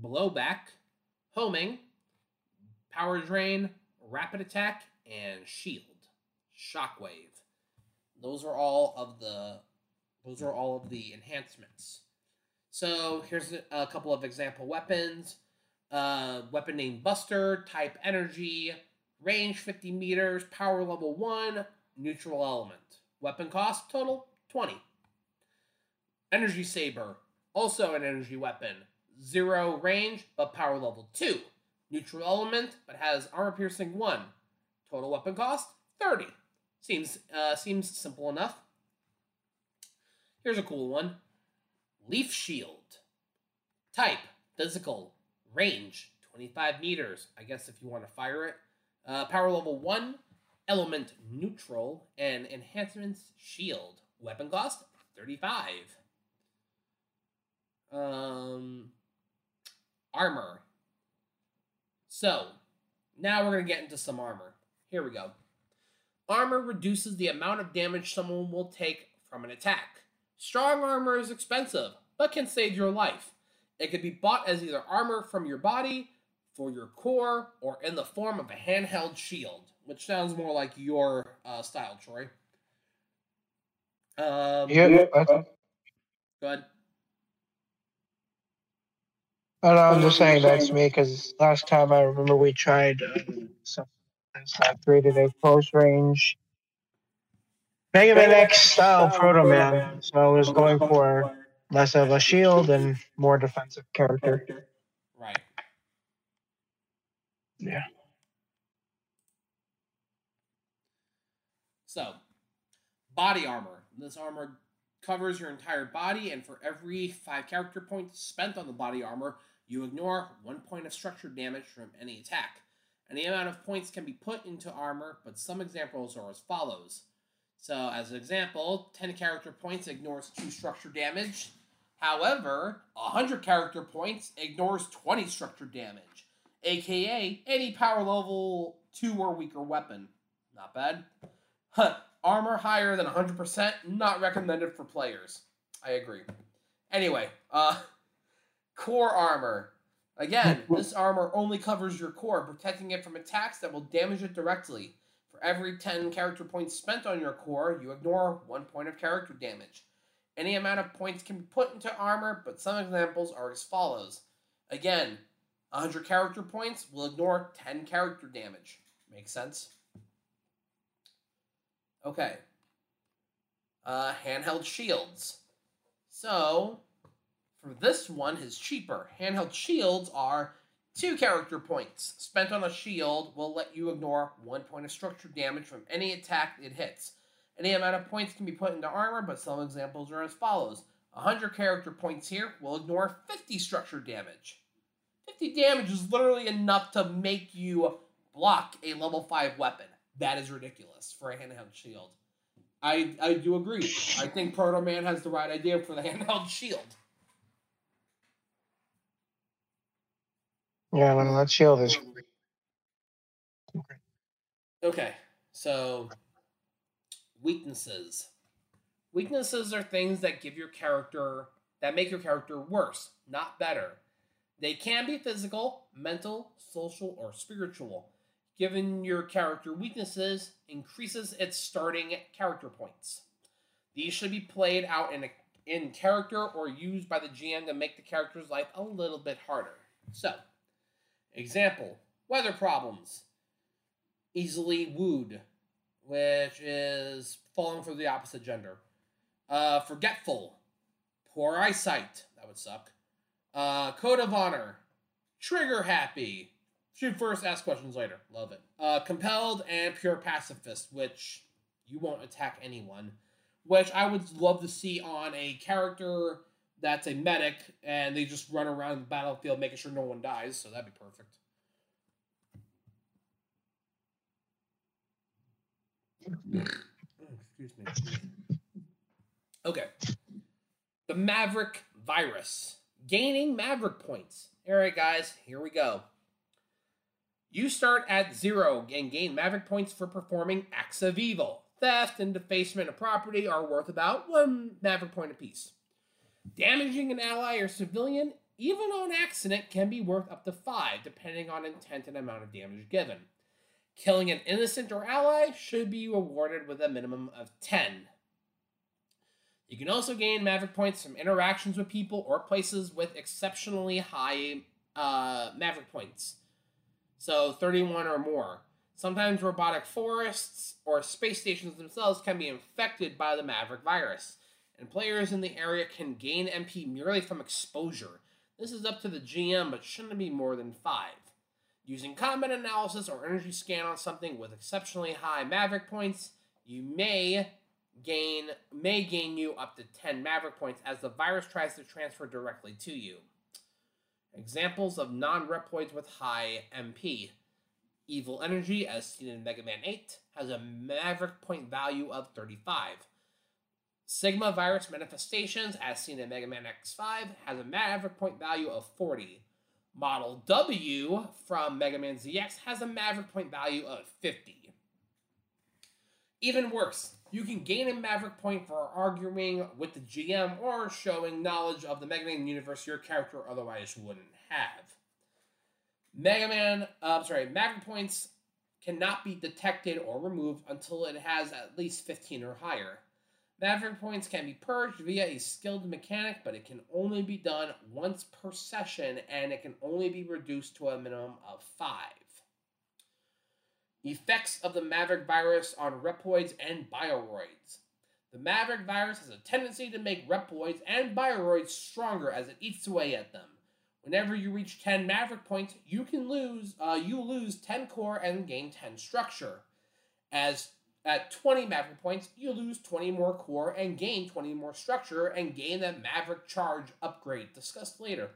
blowback, homing, power drain, rapid attack, and shield. Shockwave. Those are all of the those are all of the enhancements. So here's a- a couple of example weapons. Uh, weapon named Buster, type energy, range 50 meters, power level 1, neutral element. Weapon cost total 20. Energy Saber, also an energy weapon. Zero range, but power level 2. Neutral element, but has armor piercing 1. Total weapon cost 30. Seems uh, seems simple enough. Here's a cool one. Leaf Shield. Type physical. Range 25 meters. I guess if you want to fire it. Uh, power level 1. Element neutral. And enhancements shield. Weapon cost 35. Um, armor. So, now we're going to get into some armor. Here we go. Armor reduces the amount of damage someone will take from an attack. Strong armor is expensive, but can save your life. It can be bought as either armor from your body, for your core, or in the form of a handheld shield, which sounds more like your uh, style, Troy. Um, Yeah, that's- Go ahead. I know, Oh, I'm just saying that's me because last time I remember we tried um, something that created a close range Mega Man X style Proto Man. So I was going for less of a shield and more defensive character. Right. Yeah. So, body armor. This armor covers your entire body, and for every five character points spent on the body armor, you ignore one point of structure damage from any attack. Any amount of points can be put into armor, but some examples are as follows. So, as an example, 10 character points ignores 2 structure damage. However, 100 character points ignores 20 structure damage, aka any power level 2 or weaker weapon. Not bad. Huh. Armor higher than 100%, not recommended for players. I agree. Anyway, uh, core armor. Again, this armor only covers your core, protecting it from attacks that will damage it directly. For every 10 character points spent on your core, you ignore one point of character damage. Any amount of points can be put into armor, but some examples are as follows. Again, 100 character points will ignore 10 character damage. Makes sense? Okay. Uh, handheld shields. So, for this one, is cheaper. Handheld shields are two character points spent on a shield will let you ignore one point of structure damage from any attack it hits. Any amount of points can be put into armor, but some examples are as follows: 100 character points here will ignore 50 structure damage. 50 damage is literally enough to make you block a level 5 weapon. That is ridiculous for a handheld shield. I, I do agree. I think Proto Man has the right idea for the handheld shield. Yeah, well, that shield is. Okay, so weaknesses. Weaknesses are things that give your character that make your character worse, not better. They can be physical, mental, social, or spiritual. Given your character weaknesses, increases its starting character points. These should be played out in a, in character or used by the GM to make the character's life a little bit harder. So, example: weather problems, easily wooed, which is falling for the opposite gender. Uh, forgetful, poor eyesight. That would suck. Uh, code of honor, trigger happy. Shoot first, ask questions later. Love it. Uh, compelled and pure pacifist, which you won't attack anyone. Which I would love to see on a character that's a medic and they just run around the battlefield making sure no one dies. So that'd be perfect. Oh, excuse me. Okay. The Maverick Virus. Gaining Maverick points. All right, guys, here we go. You start at zero and gain Maverick points for performing acts of evil. Theft and defacement of property are worth about one Maverick point apiece. Damaging an ally or civilian, even on accident, can be worth up to five, depending on intent and amount of damage given. Killing an innocent or ally should be rewarded with a minimum of 10. You can also gain Maverick points from interactions with people or places with exceptionally high uh, Maverick points. So 31 or more. Sometimes robotic forests or space stations themselves can be infected by the Maverick virus, and players in the area can gain MP merely from exposure. This is up to the GM, but shouldn't be more than 5. Using combat analysis or energy scan on something with exceptionally high Maverick points, you may gain may gain you up to 10 Maverick points as the virus tries to transfer directly to you. Examples of non-reploids with high MP. Evil Energy, as seen in Mega Man 8, has a Maverick point value of 35. Sigma Virus Manifestations, as seen in Mega Man X5, has a Maverick point value of 40. Model W from Mega Man ZX has a Maverick point value of 50. Even worse, you can gain a Maverick point for arguing with the GM or showing knowledge of the Mega Man universe your character otherwise wouldn't have. Mega Man, uh, I'm sorry, Maverick points cannot be detected or removed until it has at least 15 or higher. Maverick points can be purged via a skilled mechanic, but it can only be done once per session and it can only be reduced to a minimum of five. Effects of the Maverick virus on Repoids and Bioroids. The Maverick virus has a tendency to make Repoids and Bioroids stronger as it eats away at them. Whenever you reach 10 Maverick points, you can lose uh, you lose 10 core and gain 10 structure. As at 20 Maverick points, you lose 20 more core and gain 20 more structure and gain that Maverick charge upgrade discussed later.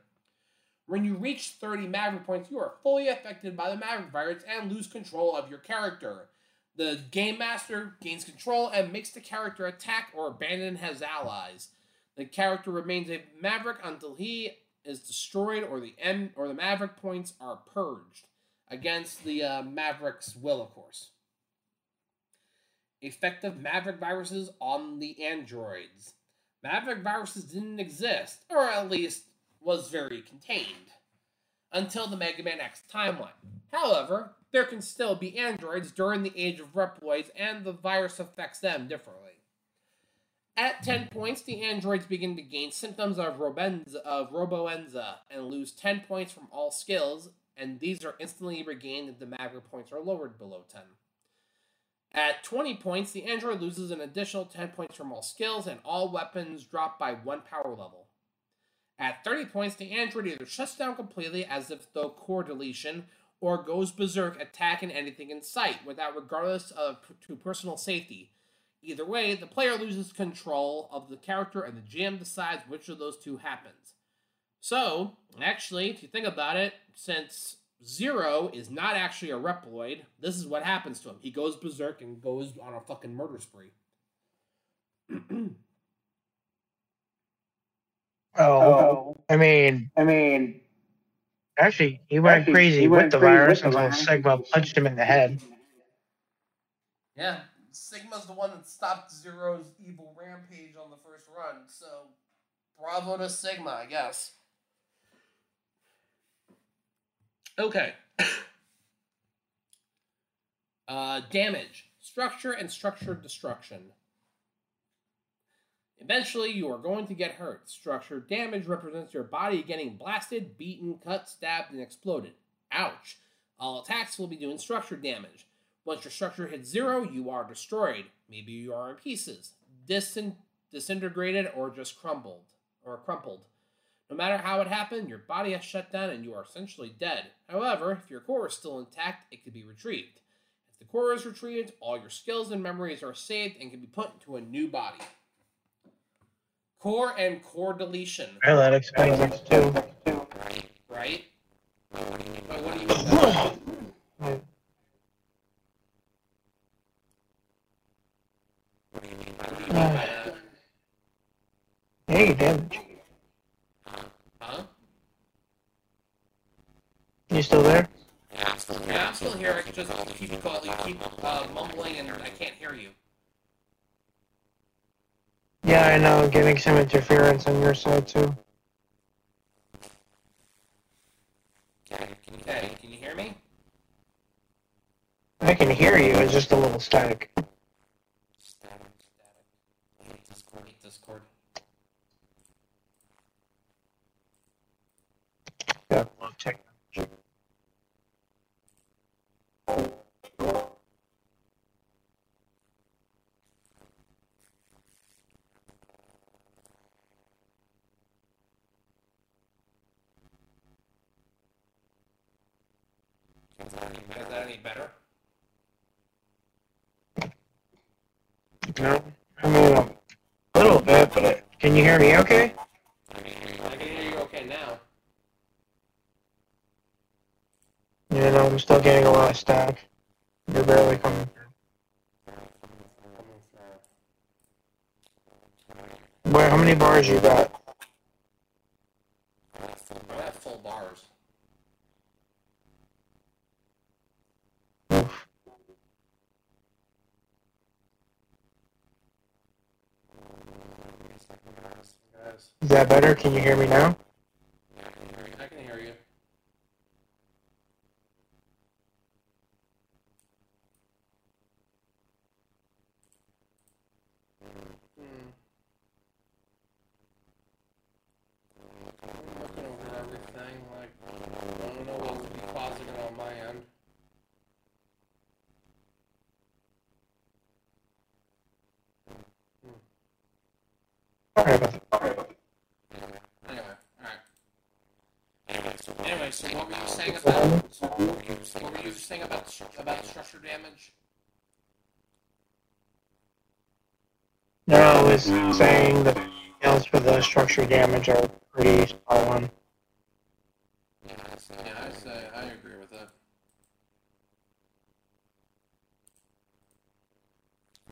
When you reach 30 Maverick points, you are fully affected by the Maverick virus and lose control of your character. The game master gains control and makes the character attack or abandon his allies. The character remains a Maverick until he is destroyed or the M or the Maverick points are purged against the uh, Maverick's will, of course effective Maverick viruses on the androids. Maverick viruses didn't exist, or at least was very contained, until the Mega Man X timeline. However, there can still be androids during the age of Reploids, and the virus affects them differently. At 10 points, the androids begin to gain symptoms of, Robenza, of Roboenza and lose 10 points from all skills, and these are instantly regained if the Maverick points are lowered below 10. At 20 points, the android loses an additional 10 points from all skills, and all weapons drop by one power level. At 30 points, the android either shuts down completely as if though core deletion, or goes berserk, attacking anything in sight, without regardless of to personal safety. Either way, the player loses control of the character, and the GM decides which of those two happens. So, actually, if you think about it, since Zero is not actually a Reploid. This is what happens to him. He goes berserk and goes on a fucking murder spree. Oh, I mean, I mean, actually, he went Actually, crazy he went with the crazy virus with the until virus. Sigma punched him in the head. yeah, Sigma's the one that stopped Zero's evil rampage on the first run, so bravo to Sigma, I guess. Okay. uh, damage, structure, and structured destruction. Eventually, you are going to get hurt. Structure damage represents your body getting blasted, beaten, cut, stabbed, and exploded. Ouch. All attacks will be doing structure damage. Once your structure hits zero, you are destroyed. Maybe you are in pieces, disin- disintegrated, or just crumbled. Or crumpled. No matter how it happened, your body has shut down and you are essentially dead. However, if your core is still intact, it can be retrieved. If the core is retrieved, all your skills and memories are saved and can be put into a new body. Core and core deletion, Well, that explains it too. right? But what do you mean by that? What do you mean by that? Hey, damage. Huh? You still there? Yeah, I'm still here. I just keep call, you keep uh, mumbling, and I can't hear you. Yeah, I know. Getting some interference on your side too. Okay, can you hear me? I can hear you. It's just a little static. Hate Discord. Yeah, I'll check. Is that any better? No, I mean a little bit, but I, can you hear me? Okay. I can hear you okay now. You know, I'm still getting a lot of static. You're barely coming. Where? How many bars you got? I have full bars. Oof. Guys, Is that better? Can you hear me now? I can hear you. Hmm. I'm looking over everything, like, I don't know what would be causing it on my end. Sorry about that. Anyway, alright. Anyway, so what were you saying about, so what were you, what were you saying about, stru- about structure damage? No, I was saying the details for the structure damage are pretty spot on. Yeah, I say, I agree with that.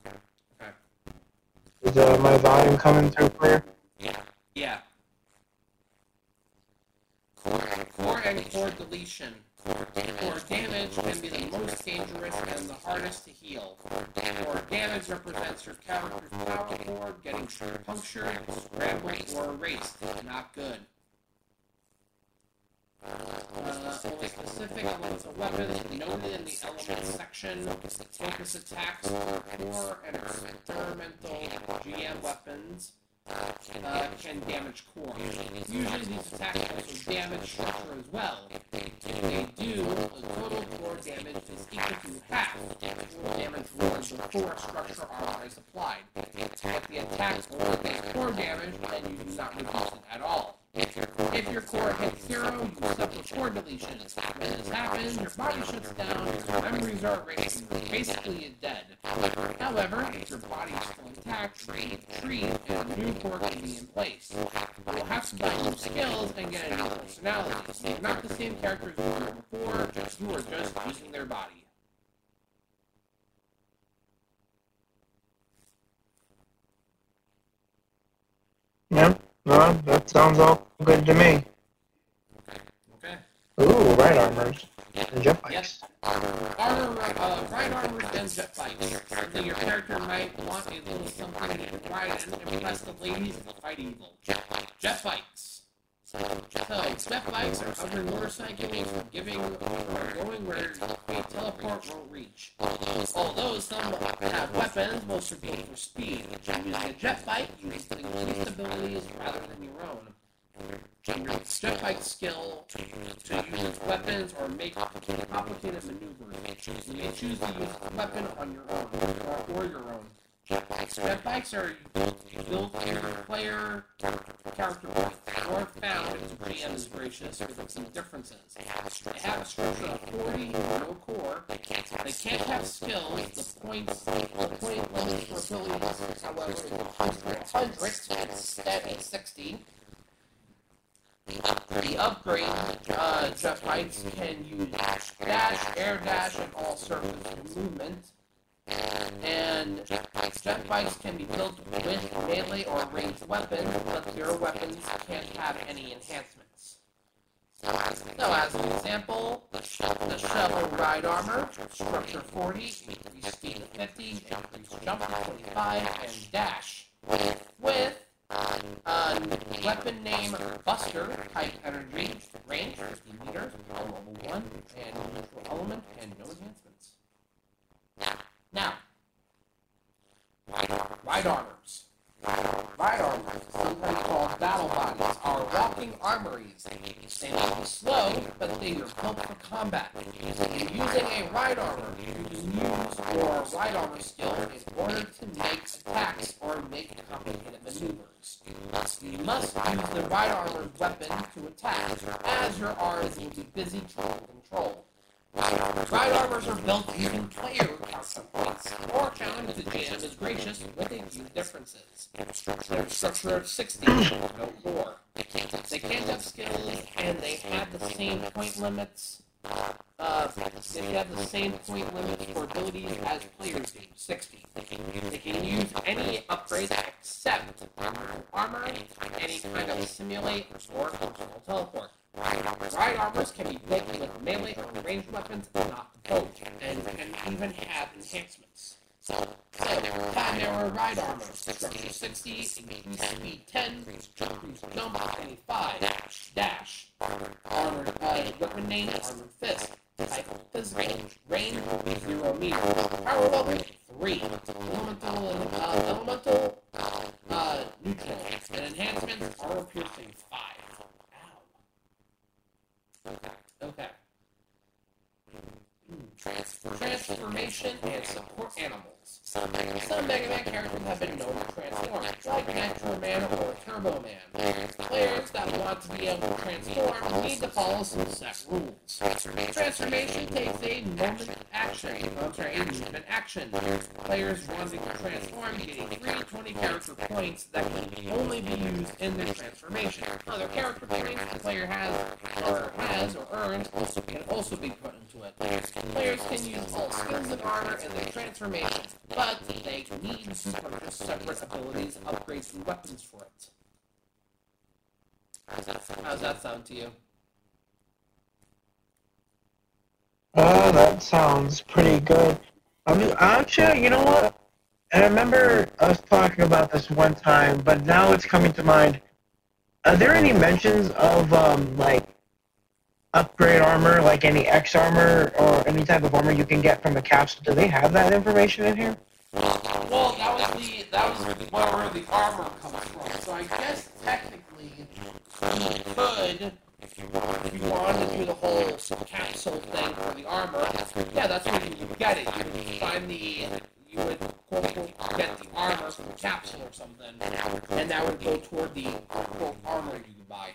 Okay. Is uh, my volume coming through clear? Yeah. Core and core deletion. Core damage can be the most dangerous and the hardest to heal. Core damage represents your character's power core getting punctured, scrambled, or erased. Not good. Uh, only specific elements of weapons noted in the elements section. Focus attacks, core and experimental GM weapons uh, can damage core. Usually these attacks also damage structure as well. If they do, the total core damage is equal to half the total damage was before structure armor is applied. If the attack only does core damage, then you do not reduce it at all. If your core hits zero, you suffer core deletion. When this happens, your body shuts down, your memories are erased, and you're basically dead. However, if your body is still intact, treat, treat, and a new core can be in place. You will have to buy new skills and get a new personality. You're not the same character as you were before, just you are just using their body. Yeah. No, that sounds all good to me. Okay. Ooh, right armors. And jet bikes. Armor, uh, right armor and jet bikes. Something your character might want a little something to ride and impress the ladies and fight evil. Jet bikes. So, step bikes or other motorcycle means for giving or going where a teleport won't reach. Although some have weapons, most are built for speed. Using a jet bike, you use the increased abilities rather than your own. Your jet bike skill to use its weapons or make complicated maneuvers. You may choose to use its weapon on your own or, or your own. Jet bikes are built to your player character worth or found its GM is gracious with some differences. They have a structure of 40 no core. They can't have skills, the points, the point limit for abilities, however, is 100 instead of 60. The upgrade uh, jet bikes can use dash, air dash, and all surface movement. And Jet bikes can be built with melee or ranged weapons, but your weapons can't have any enhancements. So, as an example, the shovel ride armor, structure 40, increase speed of 50, increase jump to 25, and dash. With uh, weapon name Buster, type energy, range 50 meters, level 1, and neutral element, and no enhancements. Now, Ride armors. Ride armors, sometimes called battle bodies, are walking armories. They may be slow, but they are built for combat. Using a ride armor, you can use your ride armor skill in order to make attacks or make complicated maneuvers. You must use the ride armor weapon to attack, as your arms will be busy trying to control. Ride armors are built using player custom points or challenge the GM is gracious with a few differences. Their structure of 60, no more. They can't have skills and they have the same point limits. Uh, they have the same point limits for abilities as players do, 60. They can use any upgrades except armor, any kind of simulate or functional teleport. Ride armors can be built with melee or ranged weapons, but not both, and can even have enhancements. So, time arrow ride armor, structure 60, increase speed 10, increase jump 25, dash, dash. Armor, uh, weapon name, armored fist, type physical, range 0 meter, power level 3, elemental, and, uh, elemental, uh, neutral, and enhancements, armor piercing 5. Ow. Okay. Transformation and support animals. Some Mega, Man characters have been known to transform, like Natural Man or Turbo Man. Players that want to be able to transform need to follow some set rules. Transformation takes a moment action. I'm sorry, a movement action. Players wanting to transform get a free 20 character points that can only be used in their transformation. Other character points the player has or has or earns can also be put into it. Players can use all skills and armor in their transformation, but they need to purchase separate abilities, upgrades, and weapons for it. How does that sound to you? Oh, that sounds pretty good. I'm actually, you know what? I remember us talking about this one time, but now it's coming to mind. Are there any mentions of um like upgrade armor, like any X armor or any type of armor you can get from the capsule? Do they have that information in here? Well, that was the that was where the armor comes from. So I guess technically you could, if you wanted to do the whole capsule thing for the armor, yeah, that's where you would get it. You would find the you would quote unquote get the armor from the capsule or something, and that would go toward the quote armor you could buy.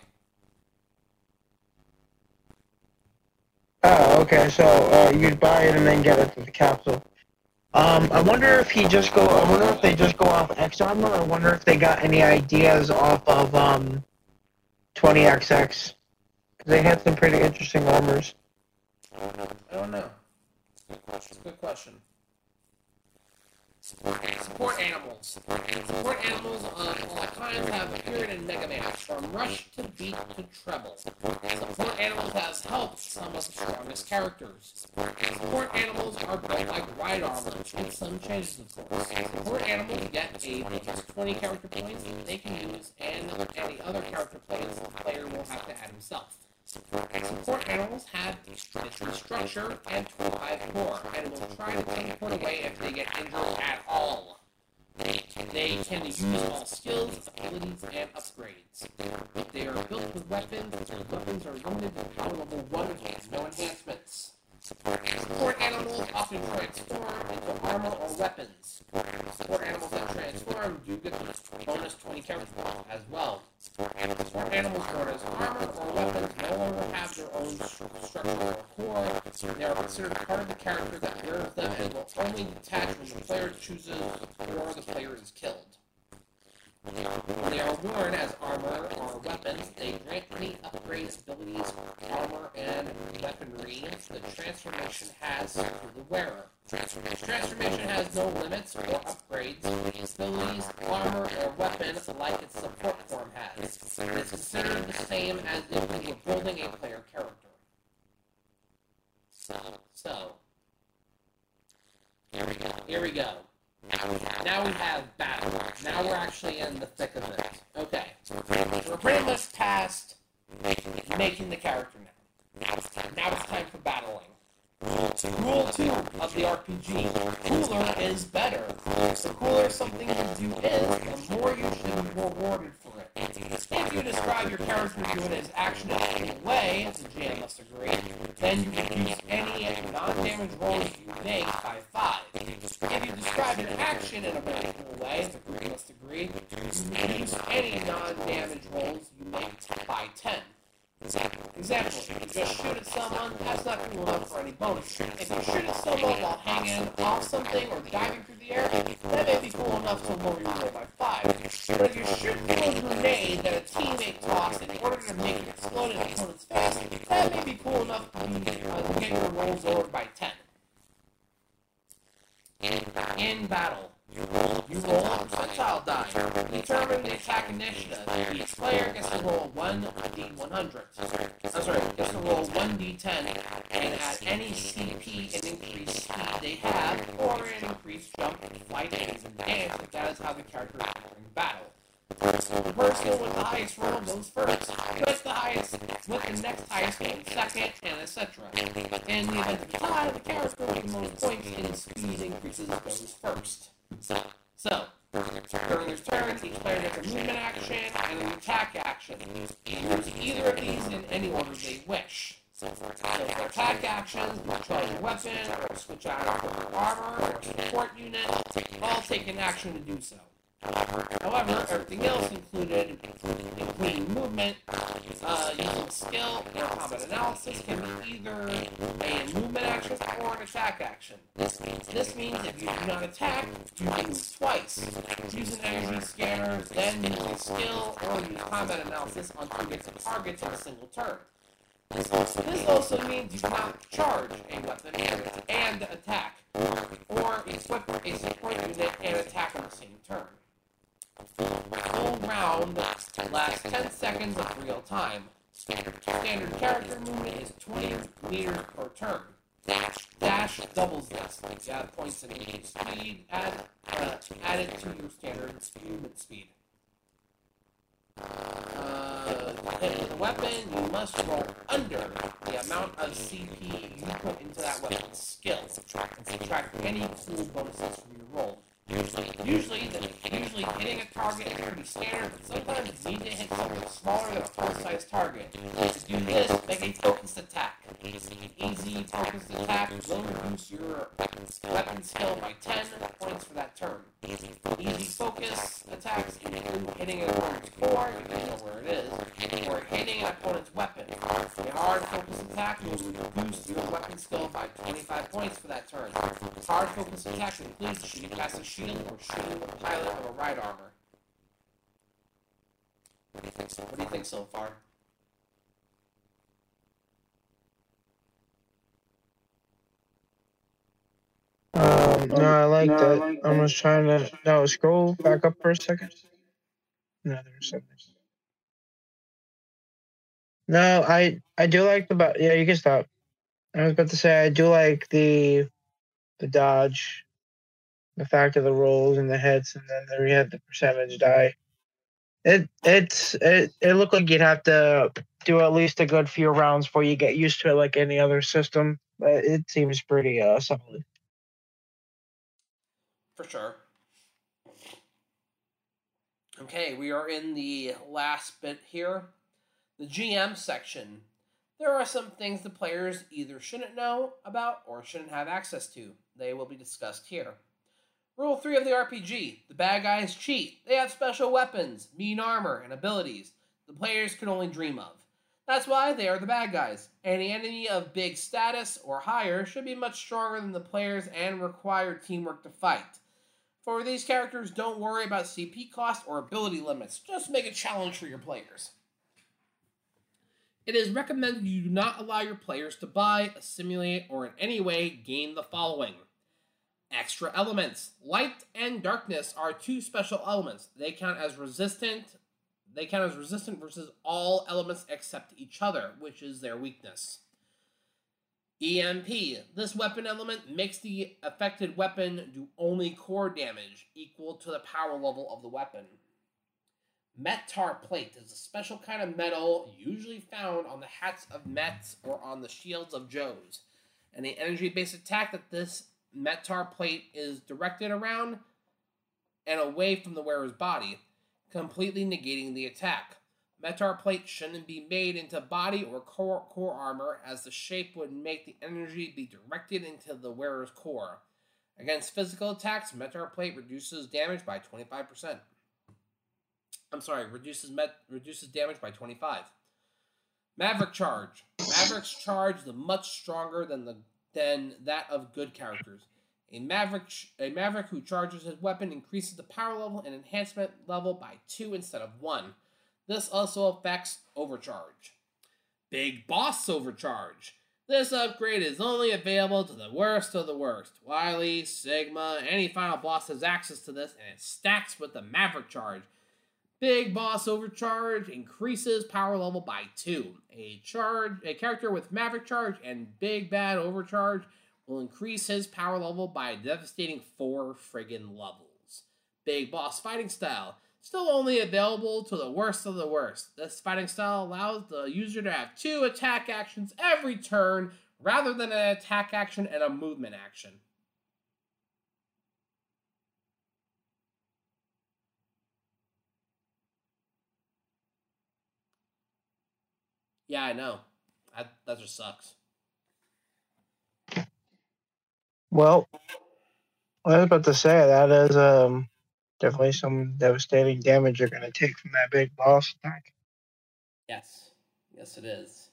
Oh, okay. So uh, you'd buy it and then get it to the capsule. Um, I wonder if he just go. I wonder if they just go off X armor. I wonder if they got any ideas off of um, 20XX. 'Cause They had some pretty interesting armors. I don't know. It's a good question. Support animals. Support animals. uh, of all kinds have appeared in Mega Man, from Rush to Beat to Treble. Support animals have helped some of plus the strongest characters. Support animals are built like ride armor, and some changes, of course. Support animals get a plus 20 character points that they can use, and any other character points the player will have to add himself. Support animals have different structure and 25 core, and will try to teleport away if they get injured at all. They can use all skills, abilities, and upgrades. They are built with weapons, and their weapons are limited to power level 1 enhancements, no enhancements. Support animals often transform into armor or weapons. Support animals that transform do get a bonus 20 character points as well. Support animals known as armor or weapons no longer have their own structure or core. They are considered part of the character that wears them and will only detach when the player chooses or the player is killed. When they are worn as armor or weapons, they grant any upgrades, abilities, armor, and weaponry the transformation has to the wearer. Transformation has no limits or upgrades, abilities, armor, or weapons like its support form has. It is considered the same as if you were building a player character. So, here we go. Now we have battle. Now we're actually in the thick of it. Okay. We're pretty much past making the character now. Now it's time for battling. Rule 2 of the RPG cooler is better. The cooler something you do is, the more you should be rewarded for it. If you describe your character doing his action in a cool way, as the GM must agree, then you reduce any non damage rolls you make by 5. If you describe an action in a very cool way, as the group must agree, you reduce any non-damage rolls you make by 10. Example, you just shoot at someone, that's not cool enough for any bonus. If you shoot at someone while hanging off something or diving through the air, that may be cool enough to lower your roll by 5. But if you shoot through a grenade that a teammate tossed in order to make it explode in an opponent's face, that may be cool enough to be- uh, to get your rolls lowered by 10. In battle, you roll a percentile die. Determine the attack initiative. Each player gets to roll 1d100. I'm sorry, gets to roll 1d10 and add any CP and increased speed they have, or an increased jump, flight, and dance. if That is how the character is entering battle. The person with the highest roll goes first. With the highest, with the next highest going second, and etc. In the event of a tie, the character with the most points in speed increases goes first. So, during their turn, each player gets a movement action and an attack action. Use either of these in any order they wish. So for attack actions, you charge a weapon, or switch out for armor, or support unit, all take an action to do so. However, everything else included, including movement, uh, using skill, or combat analysis, can be either a movement action or an attack action. This means if you do not attack, you can move twice. Use an energy scanner, then use a skill, or use combat analysis on two different targets in a single turn. This also means you cannot charge a weapon and attack, or equip a support unit and attack on the same turn. Full round lasts 10 seconds of real time. Standard character movement is 20 meters per turn. Dash doubles this. You add points in each speed add, uh, added to your standard movement speed. Uh, and with a weapon, you must roll under the amount of CP you put into that weapon's skill and subtract any cool bonuses from your roll. Usually, the, usually hitting a target is pretty standard, but sometimes you need to hit something smaller than a full-size target. To do this, make a focused attack. Easy focused attack will reduce your weapon skill by 10 points for that turn. Easy focus attacks include hitting an opponent's core, you don't know where it is, or hitting an opponent's weapon. A hard focus attack will reduce your weapon skill by 25 points for that turn. Hard focus attack includes shooting past a shield or shooting the pilot of a ride armor. What do you think so far? Um, no, I like No, I that. like I'm that. just trying to no scroll back up for a second. No, there's something. No, I I do like the ba- yeah. You can stop. I was about to say I do like the the dodge, the fact of the rolls and the hits, and then there you had the percentage die. It it's it it looked like you'd have to do at least a good few rounds before you get used to it, like any other system. But it seems pretty uh solid. for sure. Okay, we are in the last bit here. The GM section. There are some things the players either shouldn't know about or shouldn't have access to. They will be discussed here. Rule 3 of the RPG The bad guys cheat. They have special weapons, mean armor, and abilities the players could only dream of. That's why they are the bad guys. Any enemy of big status or higher should be much stronger than the players and require teamwork to fight. For these characters, don't worry about CP cost or ability limits. Just make a challenge for your players. It is recommended you do not allow your players to buy, assimilate, or in any way gain the following. Extra elements. Light and darkness are two special elements. They count as resistant, they count as resistant versus all elements except each other, which is their weakness. EMP. E This weapon element makes the affected weapon do only core damage, equal to the power level of the weapon. Metar plate is a special kind of metal usually found on the hats of Mets or on the shields of Joes. And the energy based attack that this Metar plate is directed around and away from the wearer's body completely negating the attack. Metar plates shouldn't be made into body or core, core armor, as the shape would make the energy be directed into the wearer's core. Against physical attacks, metar plate reduces damage by 25%. I'm sorry, reduces met, reduces damage by 25. Maverick charge. Maverick's charge is much stronger than the than that of good characters. A maverick, a maverick who charges his weapon increases the power level and enhancement level by two instead of one. This also affects overcharge. Big Boss Overcharge. This upgrade is only available to the worst of the worst. Wily, Sigma, any final boss has access to this, and it stacks with the Maverick Charge. Big Boss Overcharge increases power level by two. A charge, a character with Maverick Charge and Big Bad Overcharge will increase his power level by a devastating four friggin' levels. Big Boss Fighting Style. Still only available to the worst of the worst. This fighting style allows the user to have two attack actions every turn rather than an attack action and a movement action. Yeah, I know. I, that just sucks. Well, I was about to say that is um definitely some devastating damage you're gonna take from that big boss attack. Yes. Yes, it is.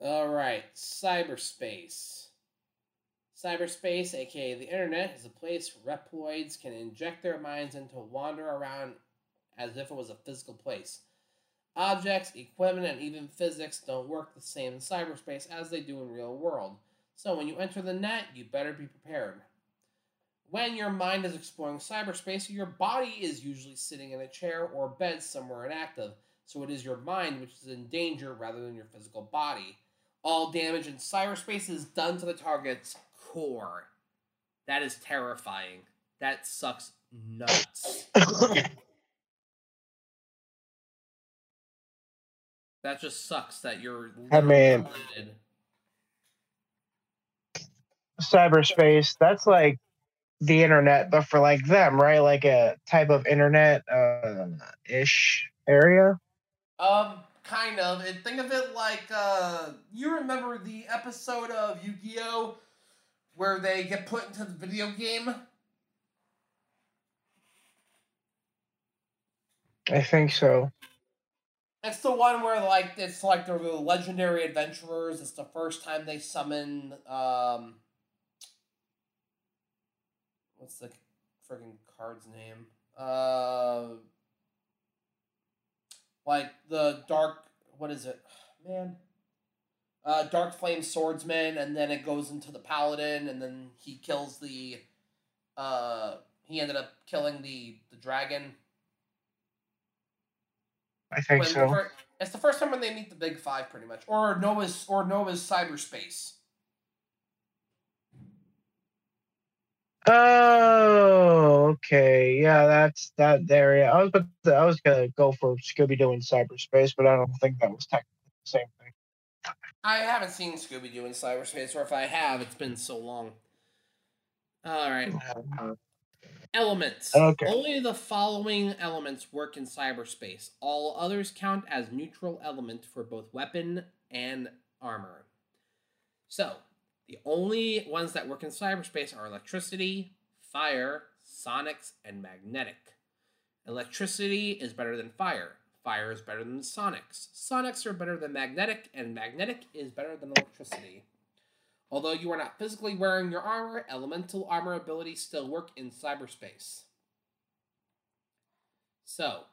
All right, cyberspace. Cyberspace, aka the internet, is a place where reploids can inject their minds and to wander around as if it was a physical place. Objects, equipment, and even physics don't work the same in cyberspace as they do in real world. So when you enter the net, you better be prepared. When your mind is exploring cyberspace, your body is usually sitting in a chair or bed somewhere inactive, so it is your mind which is in danger rather than your physical body. All damage in cyberspace is done to the target's core. That is terrifying. That sucks nuts. That just sucks that you're. I literally mean- limited. Cyberspace, that's like the internet, but for like them, right? Like a type of internet uh ish area. Um, kind of. And think of it like uh, you remember the episode of Yu Gi Oh! where they get put into the video game? I think so. It's the one where like it's like they're the legendary adventurers. It's the first time they summon um, what's the friggin' card's name? Uh, like the dark. What is it, man? Uh, dark flame swordsman, and then it goes into the paladin, and then he kills the. Uh, he ended up killing the the dragon. I think When the so. fir- It's the first time when they meet the Big Five, pretty much, or Noah's or Noah's cyberspace. Oh, okay. Yeah, that's that area. I was but I was gonna go for Scooby Doo in cyberspace, but I don't think that was technically the same thing. I haven't seen Scooby Doo in cyberspace, or if I have, it's been so long. All right. Uh, Elements. Okay. Only the following elements work in cyberspace. All others count as neutral element for both weapon and armor. So, the only ones that work in cyberspace are electricity, fire, sonics, and magnetic. Electricity is better than fire. Fire is better than sonics. Sonics are better than magnetic, and magnetic is better than electricity. Although you are not physically wearing your armor, elemental armor abilities still work in cyberspace. So,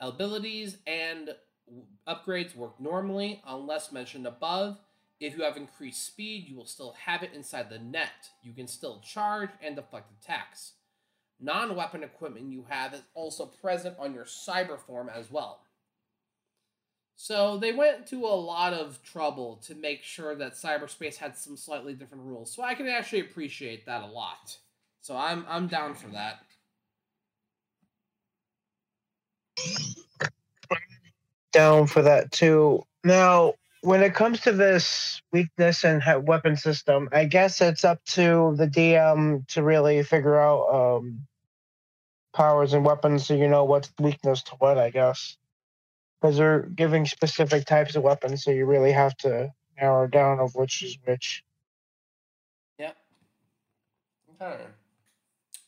abilities and w- upgrades work normally unless mentioned above. If you have increased speed, you will still have it inside the net. You can still charge and deflect attacks. Non weapon equipment you have is also present on your cyber form as well. So they went to a lot of trouble to make sure that cyberspace had some slightly different rules. So I can actually appreciate that a lot. So I'm I'm down for that. down for that too. Now, when it comes to this weakness and he- weapon system, I guess it's up to the DM to really figure out um, powers and weapons, so you know what's weakness to what. I guess because they're giving specific types of weapons, so you really have to narrow down of which is which. Yep. Okay.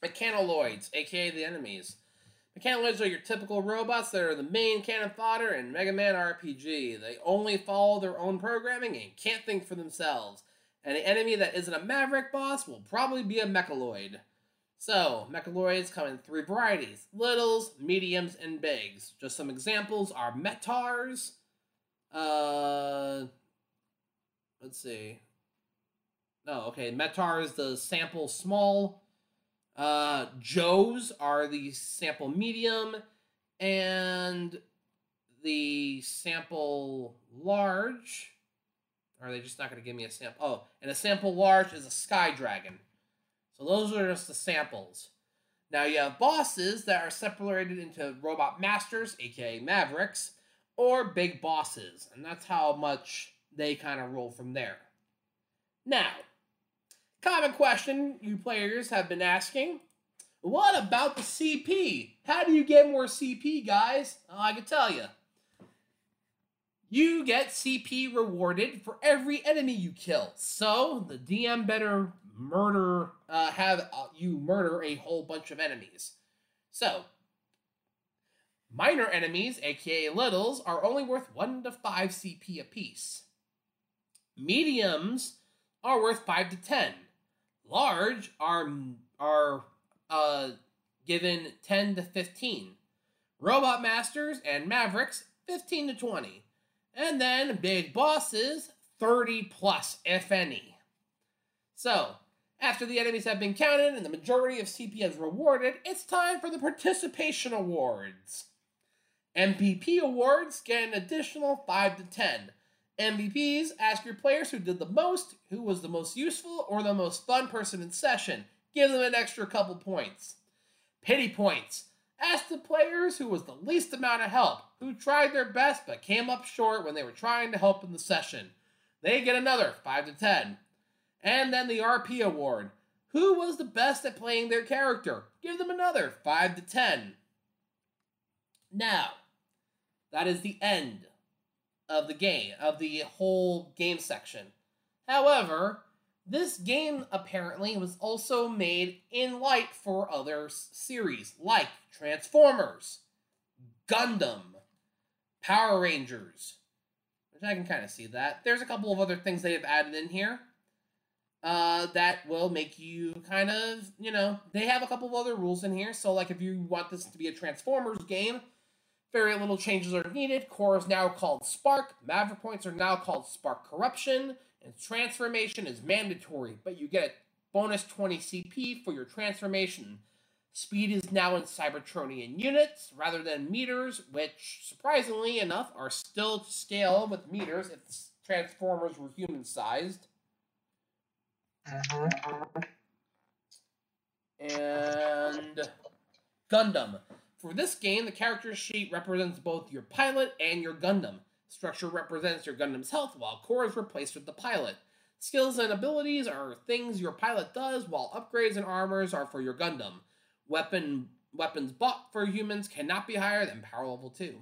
Mechanoloids, aka the enemies. Mechanoloids are your typical robots that are the main cannon fodder in Mega Man RPG. They only follow their own programming and can't think for themselves. And an enemy that isn't a Maverick boss will probably be a Mechaloid. So, Mechaloids come in three varieties littles, mediums, and bigs. Just some examples are Metars. Uh. Let's see. Oh, okay. Metar is the sample small. Uh, Joes are the sample medium, and the sample large. Are they just not going to give me a sample? Oh, and a sample large is a sky dragon. So those are just the samples. Now you have bosses that are separated into robot masters, aka Mavericks, or big bosses, and that's how much they kind of roll from there. Now, common question you players have been asking what about the CP? How do you get more CP, guys? Oh, I can tell you. You get CP rewarded for every enemy you kill. So the DM better murder, uh, have uh, you murder a whole bunch of enemies. So minor enemies, aka littles, are only worth one to five CP apiece. Mediums are worth 5 to 10. Large are are uh, given 10 to 15. Robot Masters and Mavericks 15 to 20. And then big bosses 30 plus if any. So, after the enemies have been counted and the majority of CP is rewarded, it's time for the participation awards. MVP awards get an additional 5 to 10. MVPs ask your players who did the most, who was the most useful, or the most fun person in session. Give them an extra couple points. Pity points. Ask the players who was the least amount of help, who tried their best but came up short when they were trying to help in the session. They get another 5 to 10. And then the RP award. Who was the best at playing their character? Give them another 5 to 10. Now, that is the end of the game, of the whole game section. However, this game apparently was also made in light for other s- series like Transformers, Gundam, Power Rangers, which I can kind of see that. There's a couple of other things they have added in here uh, that will make you kind of, you know, they have a couple of other rules in here. So, like, if you want this to be a Transformers game, very little changes are needed. Core is now called Spark. Maverick points are now called Spark Corruption. And transformation is mandatory, but you get a bonus 20 CP for your transformation. Speed is now in Cybertronian units rather than meters, which, surprisingly enough, are still to scale with meters if s- Transformers were human sized. And Gundam. For this game, the character sheet represents both your pilot and your Gundam. Structure represents your Gundam's health, while core is replaced with the pilot. Skills and abilities are things your pilot does, while upgrades and armors are for your Gundam. Weapon weapons bought for humans cannot be higher than power level two.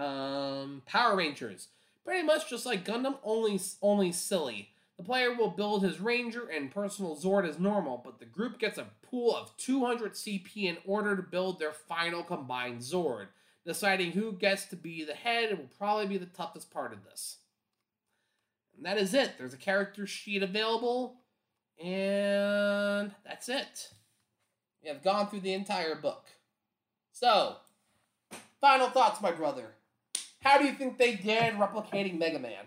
Um, Power Rangers, pretty much just like Gundam, only only silly. The player will build his ranger and personal Zord as normal, but the group gets a pool of 200 CP in order to build their final combined Zord. Deciding who gets to be the head will probably be the toughest part of this. And that is it. There's a character sheet available, and that's it. We have gone through the entire book. So, final thoughts, my brother. How do you think they did replicating Mega Man?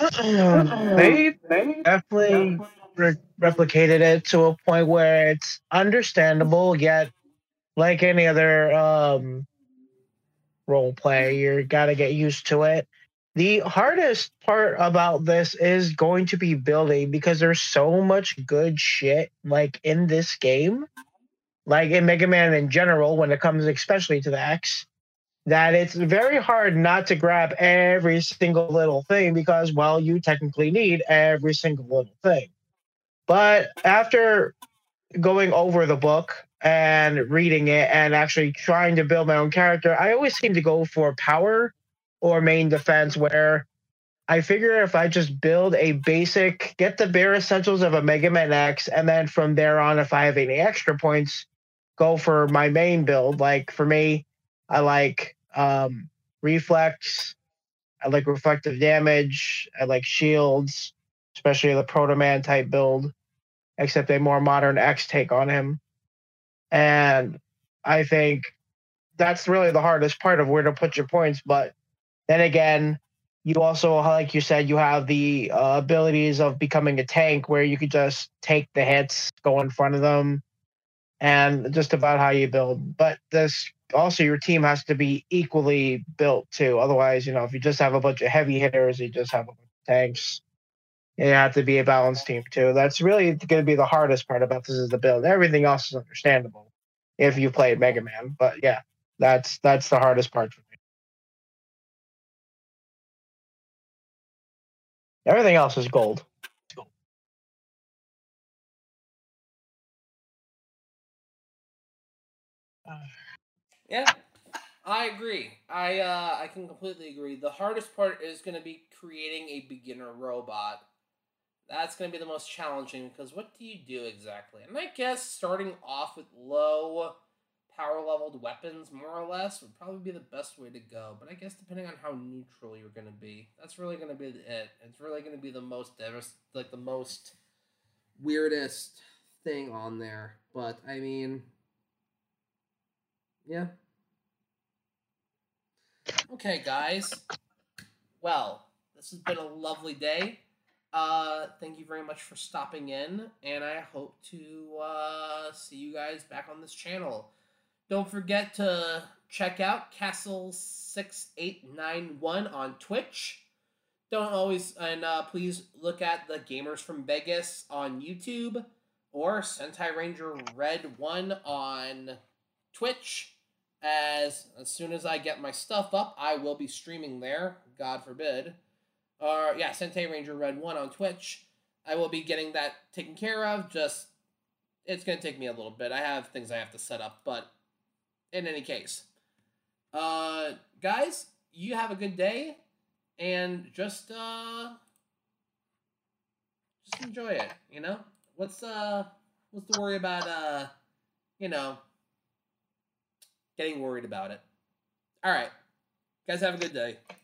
they definitely re- replicated it to a point where it's understandable, yet, like any other um, role play, you gotta get used to it. The hardest part about this is going to be building because there's so much good shit like in this game, like in Mega Man in general, when it comes especially to the X that it's very hard not to grab every single little thing because, well, you technically need every single little thing. But after going over the book and reading it and actually trying to build my own character, I always seem to go for power or main defense, where I figure if I just build a basic, get the bare essentials of a Mega Man X, and then from there on, if I have any extra points, go for my main build. Like for me, I like um, reflex. I like reflective damage. I like shields, especially the Proto Man type build, except a more modern X take on him. And I think that's really the hardest part of where to put your points. But then again, you also, like you said, you have the uh, abilities of becoming a tank where you could just take the hits, go in front of them, and just about how you build. But this also your team has to be equally built too. Otherwise, you know, if you just have a bunch of heavy hitters, you just have a bunch of tanks. You have to be a balanced team too. That's really going to be the hardest part about this is the build. Everything else is understandable if you played Mega Man, but yeah, that's that's the hardest part for me. Everything else is gold. Yeah, I agree. I uh, I can completely agree. The hardest part is going to be creating a beginner robot. That's going to be the most challenging because what do you do exactly? And I guess starting off with low power leveled weapons, more or less, would probably be the best way to go. But I guess depending on how neutral you're going to be, that's really going to be it. It's really going to be the most devas- like the most weirdest thing on there. But I mean, yeah. Okay, guys. Well, this has been a lovely day. Uh, thank you very much for stopping in, and I hope to uh, see you guys back on this channel. Don't forget to check out Castle6891 on Twitch. Don't always, and uh, please look at the Gamers from Vegas on YouTube or Sentai Ranger Red 1 on Twitch. As as soon as I get my stuff up, I will be streaming there. God forbid. Or yeah, Sentai Ranger Red One on Twitch. I will be getting that taken care of. Just it's gonna take me a little bit. I have things I have to set up, but in any case, uh, guys, you have a good day, and just uh, just enjoy it. You know, what's uh, what's the worry about uh, you know getting worried about it. All right. Guys, have a good day.